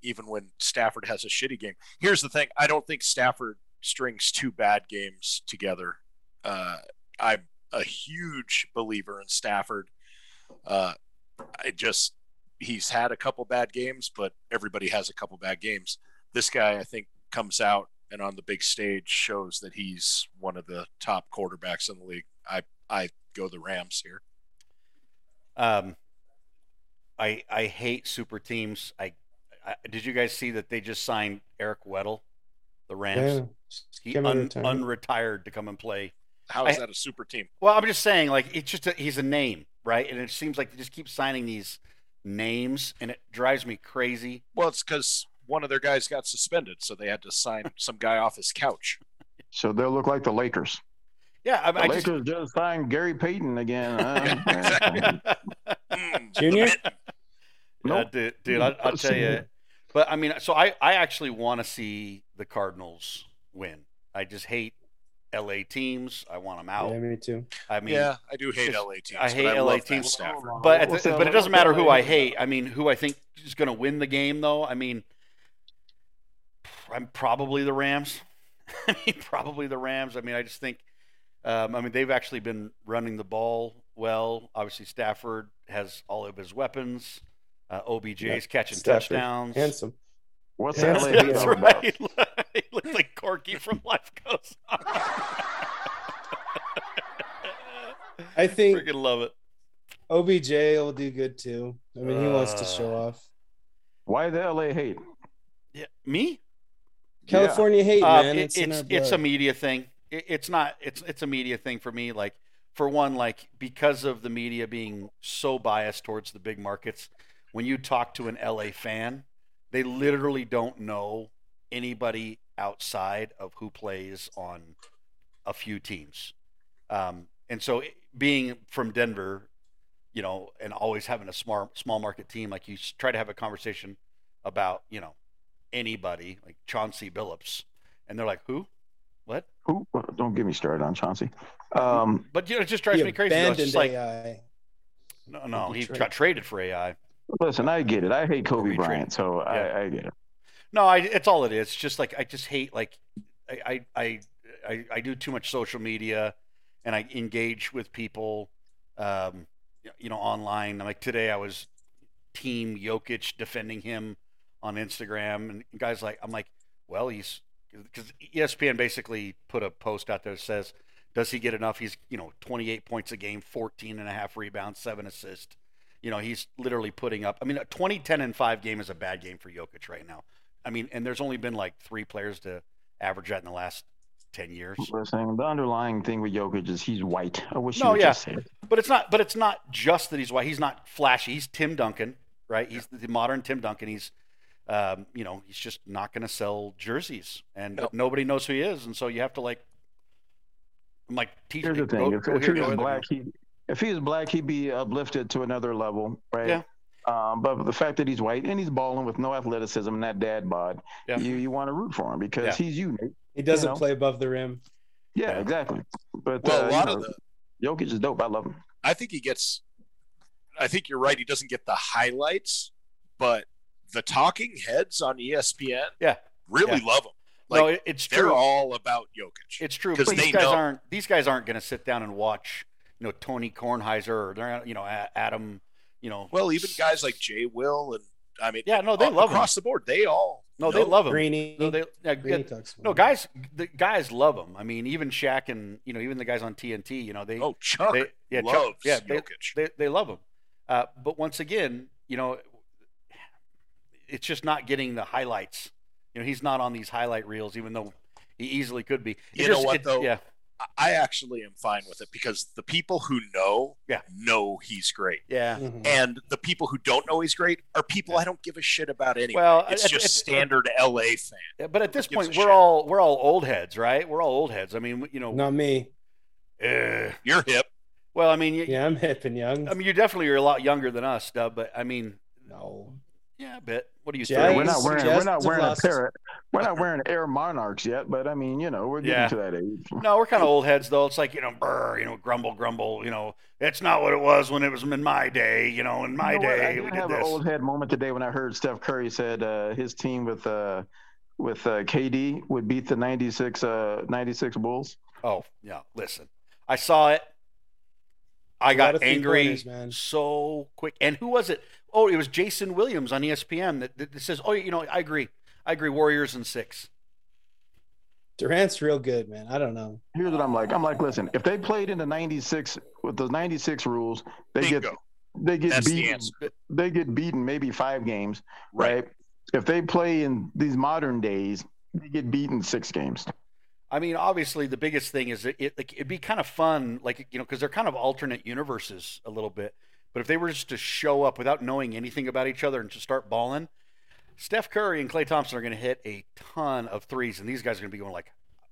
even when Stafford has a shitty game. Here's the thing: I don't think Stafford strings two bad games together. Uh, I'm a huge believer in Stafford. Uh, I just he's had a couple bad games, but everybody has a couple bad games. This guy, I think, comes out and on the big stage shows that he's one of the top quarterbacks in the league. I I go the Rams here. um, I I hate super teams. I, I did you guys see that they just signed Eric Weddle, the Rams. Yeah. He Came out of un, retirement. unretired to come and play How is I- that a super team? Well, I'm just saying, like it's just a, he's a name, right? And it seems like they just keep signing these names, and it drives me crazy. Well, it's because one of their guys got suspended, so they had to sign some guy off his couch. So they'll look like the Lakers. Yeah, I, The I just Lakers just, signed Gary Payton again. Uh, Yeah, exactly. uh, Mm, the Junior? mitten. yeah, nope. dude, dude I, I'll tell you. But I mean, so I I actually want to see the Cardinals win. I just hate L.A. teams. I want them out. Yeah, me too. I mean, yeah, I do hate it's- LA teams. I but hate love LA that teams. Stafford. But at What's the, that- but it doesn't what's that matter who I like? hate. I mean, who I think is going to win the game, though. I mean, I'm probably the Rams. I mean, probably the Rams. I mean, I just think. Um, I mean, they've actually been running the ball well. Obviously, Stafford has all of his weapons. Uh, OBJ's Yeah, catching Stafford. touchdowns. Handsome. What's Yeah, that? That's, LA that's all about? right. he looks like Corky from Life Goes On. I think freaking love it. OBJ will do good too. I mean, he wants to Uh, show off. Why the LA hate? Yeah, me? California hate, Uh, man. it- it's it's in our it's, a blood. media thing. It, it's not it's it's a media thing for me. Like for one, like because of the media being so biased towards the big markets, when you talk to an LA fan, they literally don't know anybody outside of who plays on a few teams. Um, and so it- being from Denver, you know, and always having a small small market team, like you s- try to have a conversation about, you know, anybody like Chauncey Billups, and they're like, "Who? What?" Who? Don't get me started on Chauncey. Um, But you know, it just drives He me crazy. though. It's abandoned just like, AI. no, no, he Detroit. got traded for AI. listen, I get it. I hate Kobe Kobe Bryant. Bryant, so I, I get it. No, I, it's all it is. It's just like I just hate like I I I, I, I do too much social media, and I engage with people, um, you know, online. Like today, I was team Jokic defending him on Instagram, and guys like I'm like, well, he's E because ESPN basically put a post out there that says, does he get enough? He's you know 28 points a game, 14 and a half rebounds, seven assists. You know, he's literally putting up. I mean, a 20, 10, and five game is a bad game for Jokic right now. I mean, and there's only been like three players to average that in the last 10 years. Listen, the underlying thing with Jokic is he's white. I wish No, you would yeah. just say it. But it's not. But it's not just that he's white. He's not flashy. He's Tim Duncan, right? He's the modern Tim Duncan. He's, um, you know, he's just not going to sell jerseys, and No. nobody knows who he is, and so you have to like, I'm like, teach. Here's the thing: go- if, go if here, he go was there. black, he if he was black, he'd be uplifted to another level, right? Yeah. Um, but the fact that he's white and he's balling with no athleticism and that dad bod, Yeah. you, you want to root for him because Yeah. he's unique. He doesn't know. play above the rim. Yeah, Yeah. exactly. But Well, a uh, you lot of know, the, Jokic is dope. I love him. I think he gets. I think you're right. He doesn't get the highlights, but the talking heads on E ESPN, Yeah. really Yeah. love him. Like no, it, it's they're true. all about Jokic. it's true. 'cause But these they guys know. aren't. These guys aren't going to sit down and watch, you know, Tony Kornheiser or they're not- you know A- Adam, you know. Well, even guys like Jay Will and I mean, Yeah, no, they all- love him. across the board. They all No, they love him. Greeny. No, they, yeah, Greeny yeah, talks about no, him. guys, the guys love him. I mean, even Shaq and you know, even the guys on TNT, you know, they Oh, Chuck they yeah, Chuck- loves yeah, they, Jokic. they they love him. Uh, but once again, you know, it's just not getting the highlights. You know, he's not on these highlight reels, even though he easily could be. It You know just- what, it- though? Yeah, I- I actually am fine with it because the people who know Yeah. know he's great. yeah. Mm-hmm. Mhm. And the people who don't know he's great are people I don't give a shit about anyway. Well, it's at- just at- standard LA fan. But at this gives point, a we're shit? all we're all old heads, right? We're all old heads. I mean, you know, Not me. eh. You're hip. well, I mean, you, Yeah, I'm hip and young. I mean, you definitely are a lot younger than us, Dub. But I mean, no. yeah, a bit. What do you Yeah, think? we're not wearing we're suggests not the wearing a losses. pair. of- We're not wearing Air Monarchs yet, but I mean, you know, we're getting Yeah. to that age. No, we're kind of old heads though. It's like you know, brr, you know, grumble, grumble. You know, it's not what it was when it was in my day. You know, in my You know what? day, I did we did have an this. old head moment today when I heard Steph Curry said uh, his team with uh, with uh, KD would beat the 96, uh, 96 Bulls. Oh yeah, listen, I saw it. I A lot of got three angry pointers, man. so quick. And who was it? Oh, it was Jason Williams on E ESPN that, that says, "Oh, you know, I agree, I agree, Warriors and six. Durant's real good, man. I don't know. Here's what I'm like. I'm like, listen, if they played in the 96 with the 96 rules, they Bingo. get they get That's the beaten. answer. They get beaten maybe five games, Right. right? If they play in these modern days, they get beaten six games. I mean, obviously, the biggest thing is it, it like it'd be kind of fun, like you know, because they're kind of alternate universes a little bit. But if they were just to show up without knowing anything about each other and just start balling, Steph Curry and Clay Thompson are going to hit a ton of threes, and these guys are going to be going like,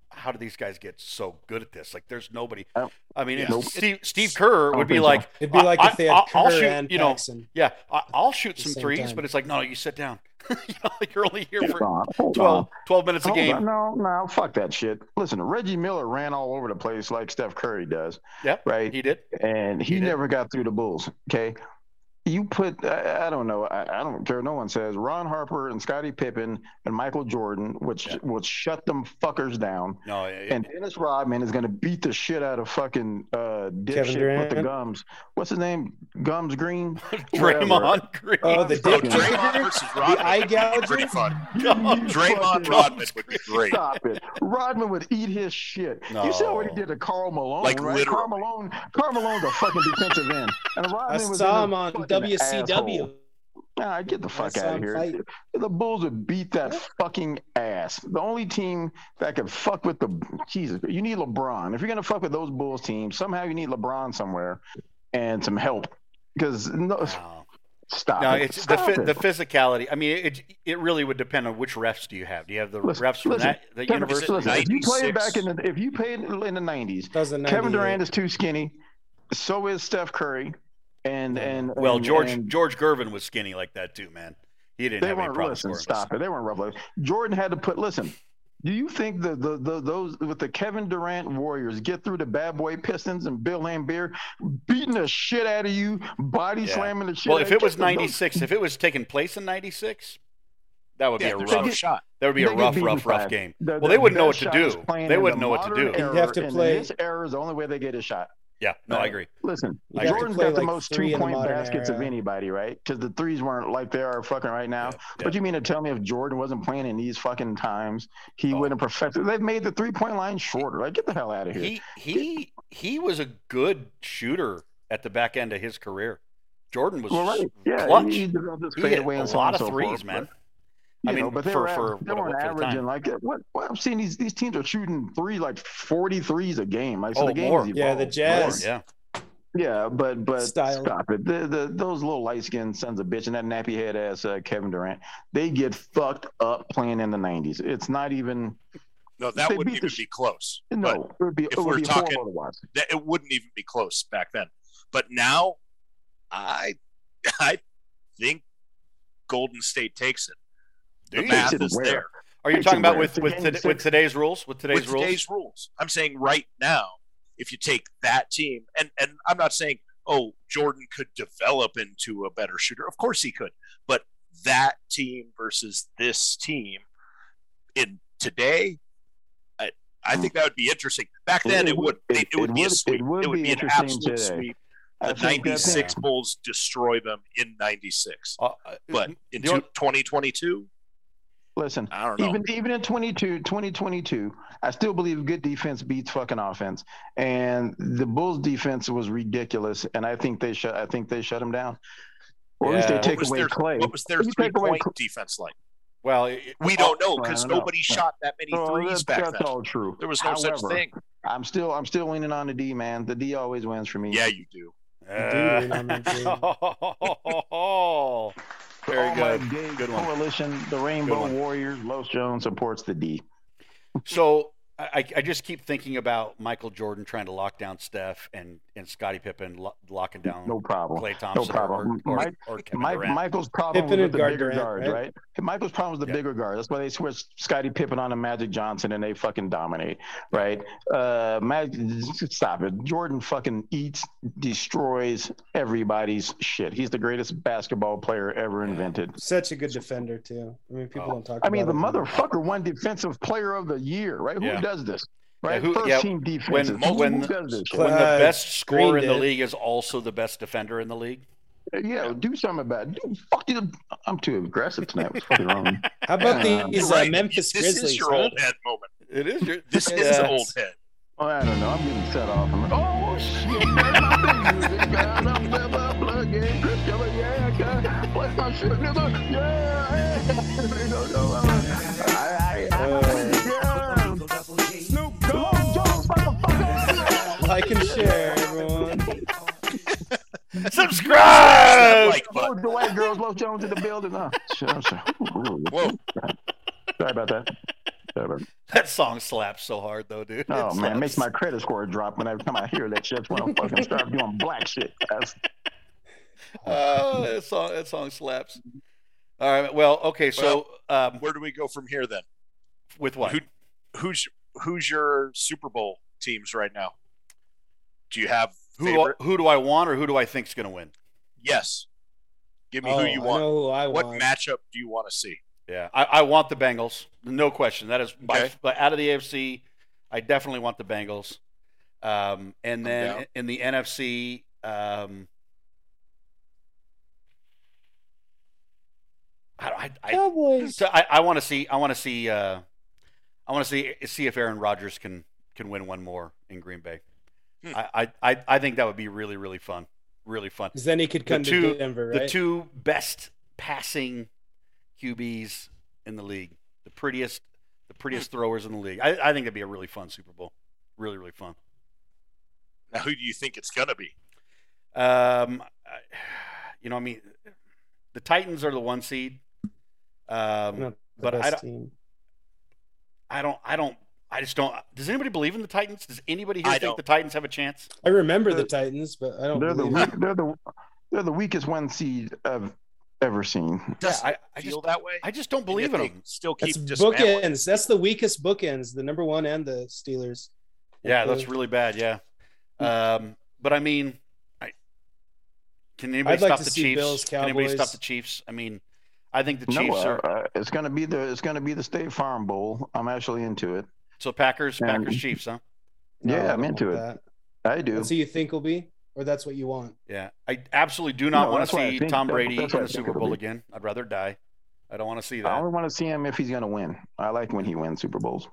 "How do these guys get so good at this? Like, there's nobody." Oh, I mean, yeah. Nope. Steve, Steve Kerr don't would be think so. like, It'd be I- like I- if they had I'll- I'll Kerr shoot, and you know, Paxson. "Yeah, I, I'll shoot the some same threes," time. but it's like, "No, you sit down. you know, like you're only here for Hold on, hold 12, 12 minutes a Hold game." on. No, no, fuck that shit. Listen, Reggie Miller ran all over the place like Steph Curry does. Yep. Right. He did. and he He did. never got through the Bulls. Okay. You put, I, I don't know, I, I don't care. No one says Ron Harper and Scottie Pippen and Michael Jordan, which Yeah. will shut them fuckers down. No, yeah, yeah. And Dennis Rodman is going to beat the shit out of fucking uh, dipshit with Durant. the gums. What's his name? Gums Green? Draymond Green. Oh, the Oh, dick. Fucking- Draymond versus Rodman. eye would be gouging? Pretty fun. God. Draymond Fucking- Rodman would be great. Stop it. Rodman would eat his shit. You saw what he No. did to Carl Malone. Like, right? literally. Carl Malone, Carl Malone's a fucking defensive end. And Rodman I was saw in him a on fucking WCW. asshole. Nah, get the fuck I saw out of him here. fight. The Bulls would beat that fucking ass. The only team that could fuck with the Jesus, you need LeBron. If you're gonna fuck with those Bulls teams, somehow you need LeBron somewhere and some help. Because no, No. stop. No, it. it's the, Stop phy- it. the physicality. I mean, it it really would depend on which refs do you have. Do you have the Listen, refs from listen, that the Kevin, university? listen, if you played 96. back in the if you played in the nineties, That was the 98. Kevin Durant is too skinny. So is Steph Curry. And and Well, and- George and George Gervin was skinny like that too, man. He didn't they have any weren't problems listen. scoring. Stop it. They weren't rough. Like, Jordan had to put. Listen, do you think the, the the those with the Kevin Durant Warriors get through the bad boy Pistons and Bill Lambier beating the shit out of you, body Yeah. slamming the shit? Well, out if of it was you, those- '96, if it was taking place in '96, that would Yeah, be a there's rough. no shot. that would be a they get rough, beaten rough, rough five. game. The- Well, the they wouldn't know what best to shot do. is playing They in wouldn't the know what to modern do. You'd have to and in play- This era is the only way they get a shot. Yeah, no, I agree. Listen, You'd have to Jordan's play got the like most three in the two-point modern baskets of era. anybody, right? Because the threes weren't like they are fucking right now. Yeah, But you mean to tell me if Jordan wasn't playing in these fucking times, he Oh. wouldn't have perfected? They've made the three-point line shorter. Like, get the hell out of here. He he he was a good shooter at the back end of his career. Jordan was well, right. Yeah, clutch. He, he developed his He hit fadeaway a and so lot on of and so threes, forth, man. But, I you mean, know, but they for- were, for they what- were what for the averaging time. like uh, what, what I'm seeing these these teams are shooting three like 40 threes a game. Like so Oh, the game more. has Yeah, the evolved. Jazz. Yeah. Yeah, but but Style. stop it. The, the, those little light skinned sons of bitch and that nappy head ass uh, Kevin Durant, they get fucked up playing in the '90s. It's not even No, that They wouldn't beat the even sh- be close. But no. It would be if it would we're be talking- horrible to watch. that it wouldn't even be close back then. But now, I I think Golden State takes it. The Dude, math it's is aware. there Are you It's talking about aware. with It's a with, game today- with six. today's rules? With today's with rules? today's rules. I'm saying right now, if you take that team, and and I'm not saying oh Jordan could develop into a better shooter. Of course he could, but that team versus this team in today. I I think that would be interesting. Back It- then, it it, would it, would- it- it would it be a would- it sweep. It would would, be be an interesting absolute today. sweep. I the think that- 96 Bulls destroy them in 96. Uh, uh, But in the only- two- 2022, Listen, I don't know. even even in 22, 2022, I still believe good defense beats fucking offense. And the Bulls defense was ridiculous, and I think they shut I think they shut them down. Or at least Yeah. they What take was away their, Clay. What was their You take three away point Cl- defense like? Well, oh. it- We don't know because I don't know. nobody shot that many Oh, threes that's, back that's then. all true. There was no such However, thing. I'm still I'm still leaning on the D, man. The D always wins for me. Yeah, you do. Uh, Dude, I'm very All good. Oh my big Good one. coalition, the Rainbow one. Warriors, Los Jones supports the D. So I, I just keep thinking about Michael Jordan trying to lock down Steph and and Scottie Pippen lo- locking down No problem. Clay Thompson or- problem. or, or, Mike- or Kevin Mike, Durant. Michael's problem Pippen was and with the guard bigger Durant, guard, right? right? Michael's problem was the Yeah. bigger guard. That's why they switched Scottie Pippen on to Magic Johnson and they fucking dominate, right? Uh, Mag- stop it. Jordan fucking eats, destroys everybody's shit. He's the greatest basketball player ever Yeah. invented. Such a good defender too. I mean, people Oh. don't talk. I mean, the about it. motherfucker won Defensive Player of the Year, right? Yeah. Who does this? Yeah, Right? who- First yeah, team defense. when- when- who does this? shit? when the Uh, best scorer Green in the did. league is also the best defender in the league. Yeah, do something about it. Dude, fuck you. I'm too aggressive tonight. What's fucking wrong? with me? How about Yeah. these You're uh, right. Memphis this Grizzlies? is your huh? old head moment. It is. Your, This is Yeah. old head. Oh, I don't know. I'm getting set off. I'm like, oh shit! That's my thing, music, guys. I'm blah, blah, blah, gay, Chris Kelly, yeah, guys. Play my shit, nigga. Yeah. You know, so, uh, I- I- I- yeah. Come on, Joe, motherfucker. Like and share, everyone. Subscribe. like, Oh, but, the white girls, Los Jones in the building. Oh, shit, I'm sorry. Ooh, whoa, Sorry about that. Sorry about that. that song slaps so hard though, dude. Oh It man, it slaps. makes my credit score drop when every time I hear that shit. That's when I'm fucking start doing black shit. That's Oh, that song. That song slaps. All right. Well, okay. So um, where do we go from here then? with what? Who, who's who's your Super Bowl teams right now? Do you have Who do, I, favorite? who do I want or who do I think's going to win? Yes. Give me Oh, who you I want. know who I What want. matchup do you want to see? Yeah, I, I want the Bengals, no question. That is by, Okay. by out of the AFC, I definitely want the Bengals. Um, and then down. in the NFC, um, I, I, I, Cowboys. so I, I want to see, I want to see, uh, I want to see see if Aaron Rodgers can can win one more in Green Bay. Hmm. I, I I- I think that would be really really fun, really fun. 'Cause then he could come two- to Denver, the right? two best passing QBs in the league, the prettiest, the prettiest throwers in the league. I, I think it'd be a really fun Super Bowl, really really fun. Now, who do you think it's gonna be? Um, I- you know, I mean, the Titans are the one seed, um, Not the but I best don't, team. I don't, I don't, I just don't. Does anybody believe in the Titans? Does anybody here I think don't. the Titans have a chance? I remember the They're- Titans, but I don't. They're the believe weak, they're the they're the weakest one seed I've ever seen. Does I- it I feel just- that way? I just don't And yet believe in they them. Still keep That's dismantling. bookends. That's the weakest bookends. The number one and the Steelers. Yeah, that's really bad. Yeah, Hmm. um, but I mean, I, can anybody I'd like stop to the see Chiefs? Bills, can anybody stop Cowboys. the Chiefs? I mean, I think the No, Chiefs uh, are. uh, it's gonna be the it's gonna be the State Farm Bowl. I'm actually into it. So Packers, and- Packers, Chiefs, huh? Yeah, I I'm don't into want it. that. I do. That's who you think will be, or that's what you want. Yeah, I absolutely do not No, want that's to why I see think- Tom that- Brady in that's why I the think Super it'll Bowl be- again. I'd rather die. I don't want to see I that. only want to see him if he's gonna win. I like when he wins Super Bowls.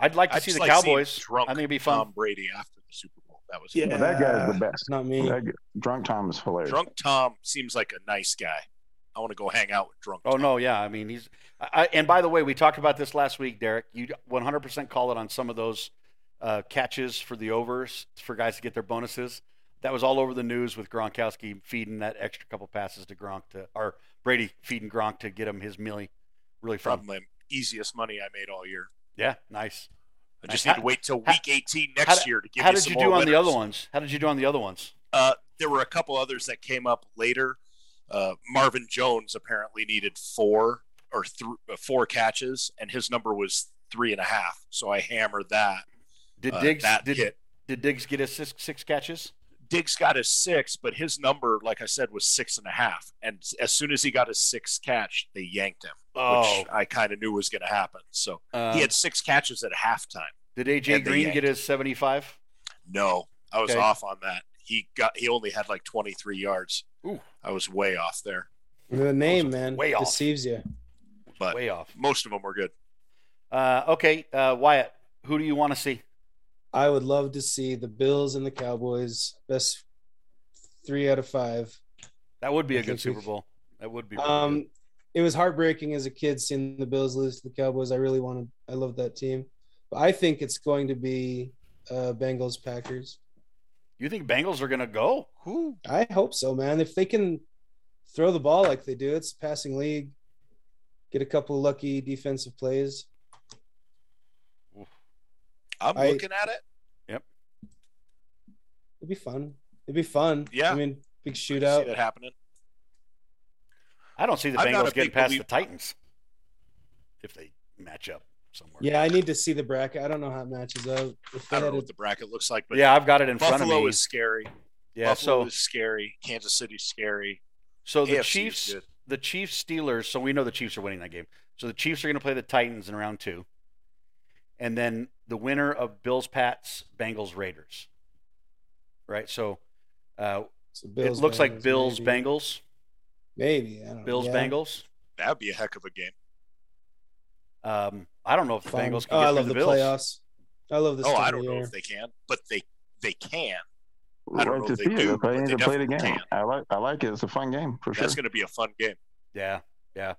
I'd like to I'd see the just like seeing Cowboys. I drunk think it'd be fun. Tom Brady after the Super Bowl. That was Yeah. But that guy is the best. Not me. That, guy- drunk Tom is hilarious. drunk. Tom seems like a nice guy. I want to go hang out with drunk. Oh Tom. no, yeah. I mean, he's. I, I- and by the way, we talked about this last week, Derek. You 100% call it on some of those uh, catches for the overs for guys to get their bonuses. That was all over the news with Gronkowski feeding that extra couple passes to Gronk to or Brady feeding Gronk to get him his millie. Really fun. From the easiest money I made all year. Yeah, nice. I just How- need to wait till how- week 18 next how- year to give How you did some you more do on the winners. other ones? How did you do on the other ones? Uh, there were a couple others that came up later. Uh, Marvin Jones apparently needed four or th- four catches, and his number was three and a half. So I hammered that. Did uh, Diggs that did, hit. did Diggs get his six, six catches? Diggs got his six, but his number, like I said, was six and a half. And as soon as he got his sixth catch, they yanked him, Oh, which I kind of knew was going to happen. So um, he had six catches at halftime. did and AJ they Green yanked get his 75? No, I was Okay. off on that. He got he only had like 23 yards. Ooh. I was way off there. The name, man, way off. deceives you. But Way off. most of them were good. Uh, okay, uh, Wyatt, who do you want to see? I would love to see the Bills and the Cowboys. Best three out of five. That would be I a good think Super we- Bowl. That would be. really good. Um, it was heartbreaking as a kid seeing the Bills lose to the Cowboys. I really wanted, I love that team, but I think it's going to be uh, Bengals Packers. You think Bengals are gonna go? Who? I hope so, man. If they can throw the ball like they do, it's a passing league. Get a couple lucky defensive plays. I'm I- looking at it. It'd be fun. It'd be fun. Yeah. I mean, big I see that shootout. happening. I don't see the I'm not a Bengals getting big past believer- the Titans if they match up somewhere. Yeah, I need to see the bracket. I don't know how it matches up. If they I don't had know a- what the bracket looks like, but yeah, I've got it in front of Buffalo me. is scary. yeah, Buffalo so is scary. Kansas City's scary. so the AFC is Chiefs, good. the Chiefs, Steelers. So we know the Chiefs are winning that game. So the Chiefs are gonna play the Titans in round two, and then the winner of Bills, Pats, Bengals, Raiders. Right. So uh, so it Bills, looks like Bengals, Bills, maybe. Bengals, Maybe. I don't know. Bills, Yeah. Bengals. That'd be a heck of a game. Um, I don't know if the Fun. Bengals can Oh, get I through love the the, Bills. playoffs. I love this. oh, time I of don't know year. if they can, but they they can. I don't like know to if they see do, it. If I but need they to play the game, definitely I like. I like it. It's a fun game for That's sure. going to be a fun game. Yeah, yeah.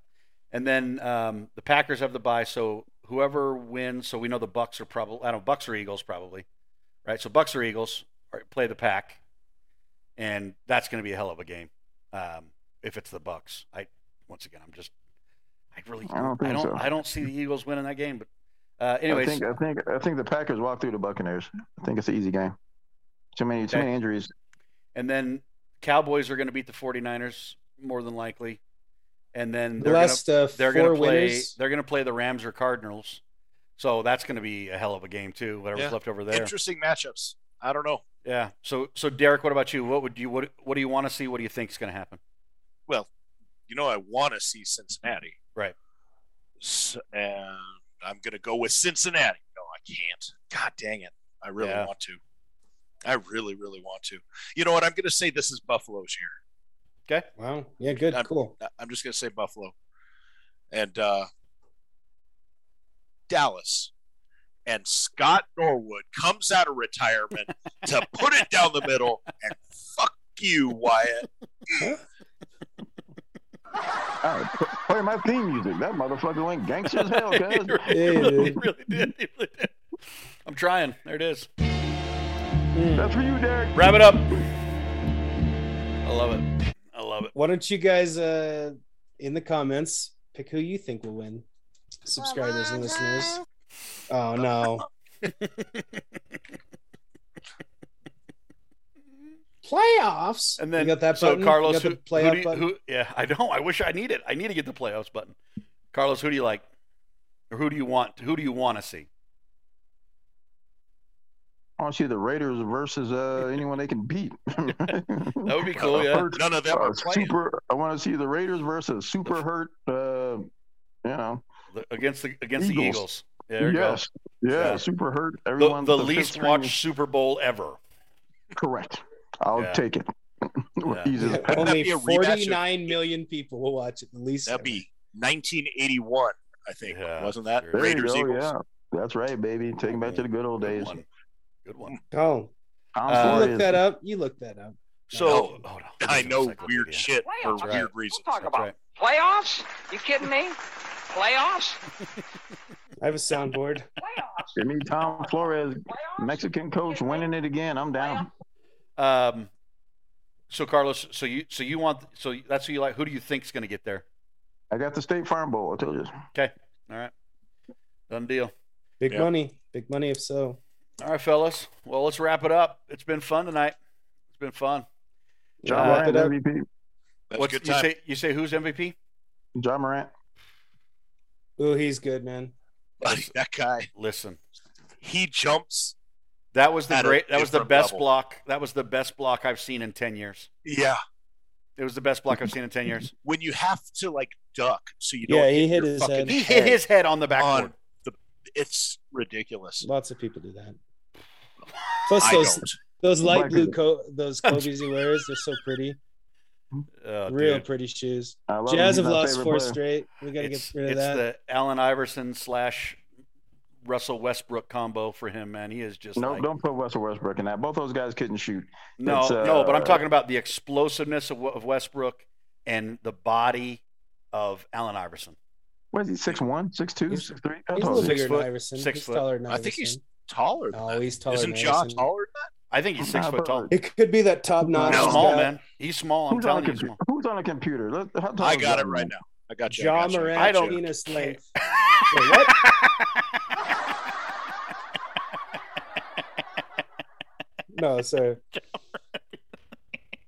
And then um, the Packers have the bye, so whoever wins, so we know the Bucks are probably I don't know, Bucks or Eagles probably, right? So Bucks or Eagles are, play the Pack, and that's going to be a hell of a game. Um, if it's the Bucks, I once again I'm just I really I don't think I don't, so. I don't see the Eagles winning that game, but uh, anyways, I think. I think. I think the Packers walk through the Buccaneers. I think it's an easy game. Too many. Too Okay. many injuries. and then Cowboys are going to beat the 49ers more than likely, and then the they're gonna- last uh, they're 4 going to play. winners. They're going to play the Rams or Cardinals. So that's going to be a hell of a game too. Whatever's Yeah. left over there. Interesting matchups. I don't know. yeah. So so Derek, what about you? What would you what What do you want to see? What do you think's going to happen? You know, I want to see Cincinnati. Right. S- and I'm going to go with Cincinnati. No, I can't. God dang it. I really Yeah. want to. I really, really want to. You know what? I'm going to say this is Buffalo's year. Wow. Yeah. Good. I'm- cool. I- I'm just going to say Buffalo and uh, Dallas. And Scott Norwood comes out of retirement to put it down the middle and fuck you, Wyatt. All right, pl- play my theme music. That motherfucker went gangster as hell, cuz. You're right. Yeah, You yeah, really, yeah. really did. You really did. I'm trying. There it is. Mm. That's for you, Derek. Wrap it up. I love it. I love it. Why don't you guys uh, in the comments pick who you think will win? Subscribers and listeners. Oh no. Playoffs. And then you got that so button? Carlos, you who, got the who playoff do you- button? who- yeah, I know. I wish I need it. I need to get the playoffs button. Carlos, who do you like? Or who do you want? Who do you want to see? I want to see the Raiders versus uh, anyone they can beat. That would be cool. Yeah. None of them Uh, are playing. super. I want to see the Raiders versus super hurt. Uh, you know. The- against the against the Eagles. Eagles. There you yes. Yeah, Yeah. Super hurt. go. Everyone. The, the fifth least string- watched Super Bowl ever. Correct. I'll Yeah. take it. Yeah. Easy as- Only That'd be a rematch of- 49 million people will watch it. At least That'd be 1981, I think. Yeah, Wasn't that sure. There you Raiders go, Eagles? oh, Yeah. That's right, baby. Take it back to the good old Good days. one. Good one. Oh, Tom Uh, you Flores. look that up. You look that up. So No. hold on. I know weird Encyclopedia. shit for That's right. weird reasons. That's right. Playoffs? You kidding me? Playoffs? I have a soundboard. Playoffs? Give me Tom Flores, Playoffs? Mexican coach, winning it again. I'm down. Um, so Carlos, so you so you want so that's who you like. Who do you think's going to get there? I got the State Farm Bowl. I told you. All right, done deal. Big Yeah. money. Big money if so. All right, fellas. Well, let's wrap it up. It's been fun tonight. It's been fun. John Uh, wrap it up. Morant MVP. That's What's- a good you time. say? You say who's MVP? John Morant. Ooh, he's good, man. Buddy, that guy, Listen, he jumps. that was the At a great. That was the different best level. block. That was the best block I've seen in ten years. Yeah. It was the best block I've seen in ten years. When you have to like duck, so you yeah, don't. he hit your his fucking head. He hit his head on the backboard. On- It's ridiculous. Lots of people do that. Plus I those don't. those light Mike, blue is it- coat those Kobe's he wears, they're so pretty. Oh, Real dude. pretty shoes. I love him. Jazz He's have my lost favorite four player. straight. We got to get It's, rid of it's that. the Allen Iverson slash Russell Westbrook combo for him, man. He is just No, like, don't put Russell Westbrook in that. Both those guys couldn't shoot. no, it's, no. But I'm uh, talking about the explosiveness of, of Westbrook and the body of Allen Iverson. What is he? Six one, six two, He's- six three. I he's a told little you. six bigger foot- than Iverson. six he's foot. taller than I Iverson. think he's taller than No, that. Oh, he's taller Isn't than Jaw Iverson. taller than I think he's six Nah, foot but tall. It could be that top notch. He's No. small, guy. man. He's small. I'm Who's on, telling a you, he's compu- small. who's on a computer? Let- how that? tall I is got that it right man? now. I got you. I Ja got you. I Morant, don't penis care. length. No, sir.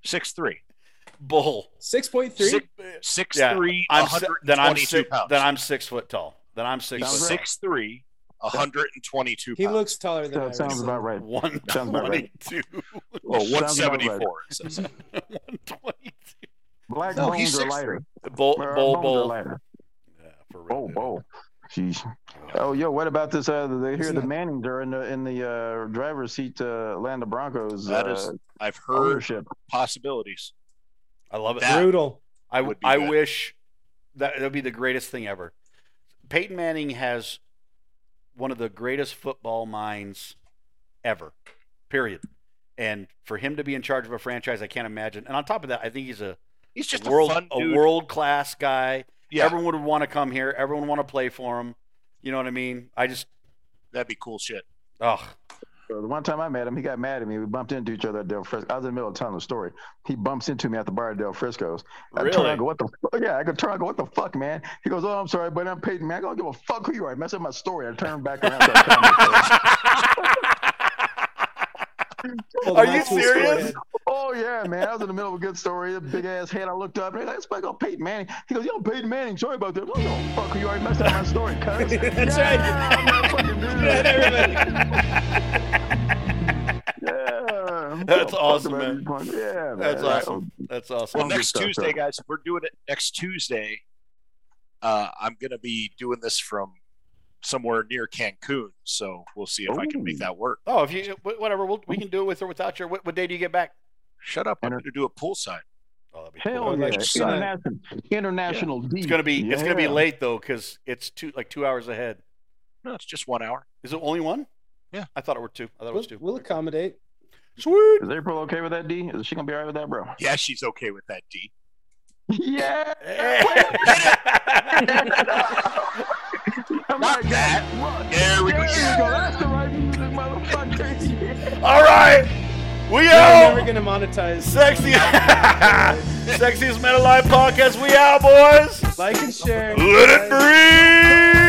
Six three. Bull. Six point three. Six, six Yeah, three, I'm si- then I'm 122 six, pounds. then I'm six foot tall. Then I'm six He's foot Sounds right. six three, 122 He pounds. looks taller than That sounds Iverson. about right. tall. One Sounds about right. twenty-two. well, Sounds about right. 174. Oh, It says. One twenty-two. Black No, he's bones are six lighter. Bull, Or bull, bones are bull. lighter. Yeah, for real. Bowl, dude. bowl. Jeez. Oh, yo, what about this? Uh, they hear Isn't the it- Mannings are in the in the uh, driver's seat to Atlanta Broncos. That uh, is I've heard ownership. possibilities. I love it. That Brutal. I would be I good. wish that that would be the greatest thing ever. Peyton Manning has one of the greatest football minds ever. Period. And for him to be in charge of a franchise, I can't imagine. And on top of that, I think he's a He's just world a fun dude. world class guy. yeah, Everyone would want to come here. Everyone want to play for him. You know what I mean? I just that'd be cool shit. oh So the one time I met him, he got mad at me. We bumped into each other at Del Frisco. I was in the middle of telling the story. He bumps into me at the bar at Del Frisco's. I turn, I really. go, what the fuck? Yeah, I go, turn, I go, what the fuck, man? He goes, oh, I'm sorry, but I'm Peyton, man. I go, I don't give a fuck who you are. I mess up my story. I turn back around. So I tell him the story. Hold Are on you to his serious? forehead. Oh yeah, man! I was in the middle of a good story. A big ass head. I looked up. And I was like, "Oh, Peyton Manning." He goes, "Yo, Peyton Manning, sorry about that." I'm like, "Oh, fuck, you already messed up my story, cuz." That's yeah, right. I'm not fucking doing Not that. everybody. Yeah. That's Fuck awesome, about man. these points. Yeah, That's man. awesome. That's Well, awesome. Well, next good stuff, Tuesday, sir. guys, if we're doing it next Tuesday, uh, I'm gonna be doing this from somewhere near Cancun, so we'll see if I can Ooh. make that work. Oh, if you wh- whatever, we'll, we can do it with or without you. What, what day do you get back? Shut up! I'm Enter- gonna do a poolside. Oh, that'd be Hell cool. yeah! Like, son. international, international D. It's gonna be it's gonna be Yeah. late though because it's two like two hours ahead. No, it's just one hour. Is it only one? Yeah. I thought it were two. I thought it We'll, was two. we'll accommodate. Sweet. Is April okay with that D? Is she gonna be alright with that, bro? Yeah, she's okay with that. D. yeah. Not that. There we go. That's the right music, motherfucker. All right, we We're never out. gonna monetize. Sexy, sexiest men alive podcast. We out, boys. Like and share. Let it breathe.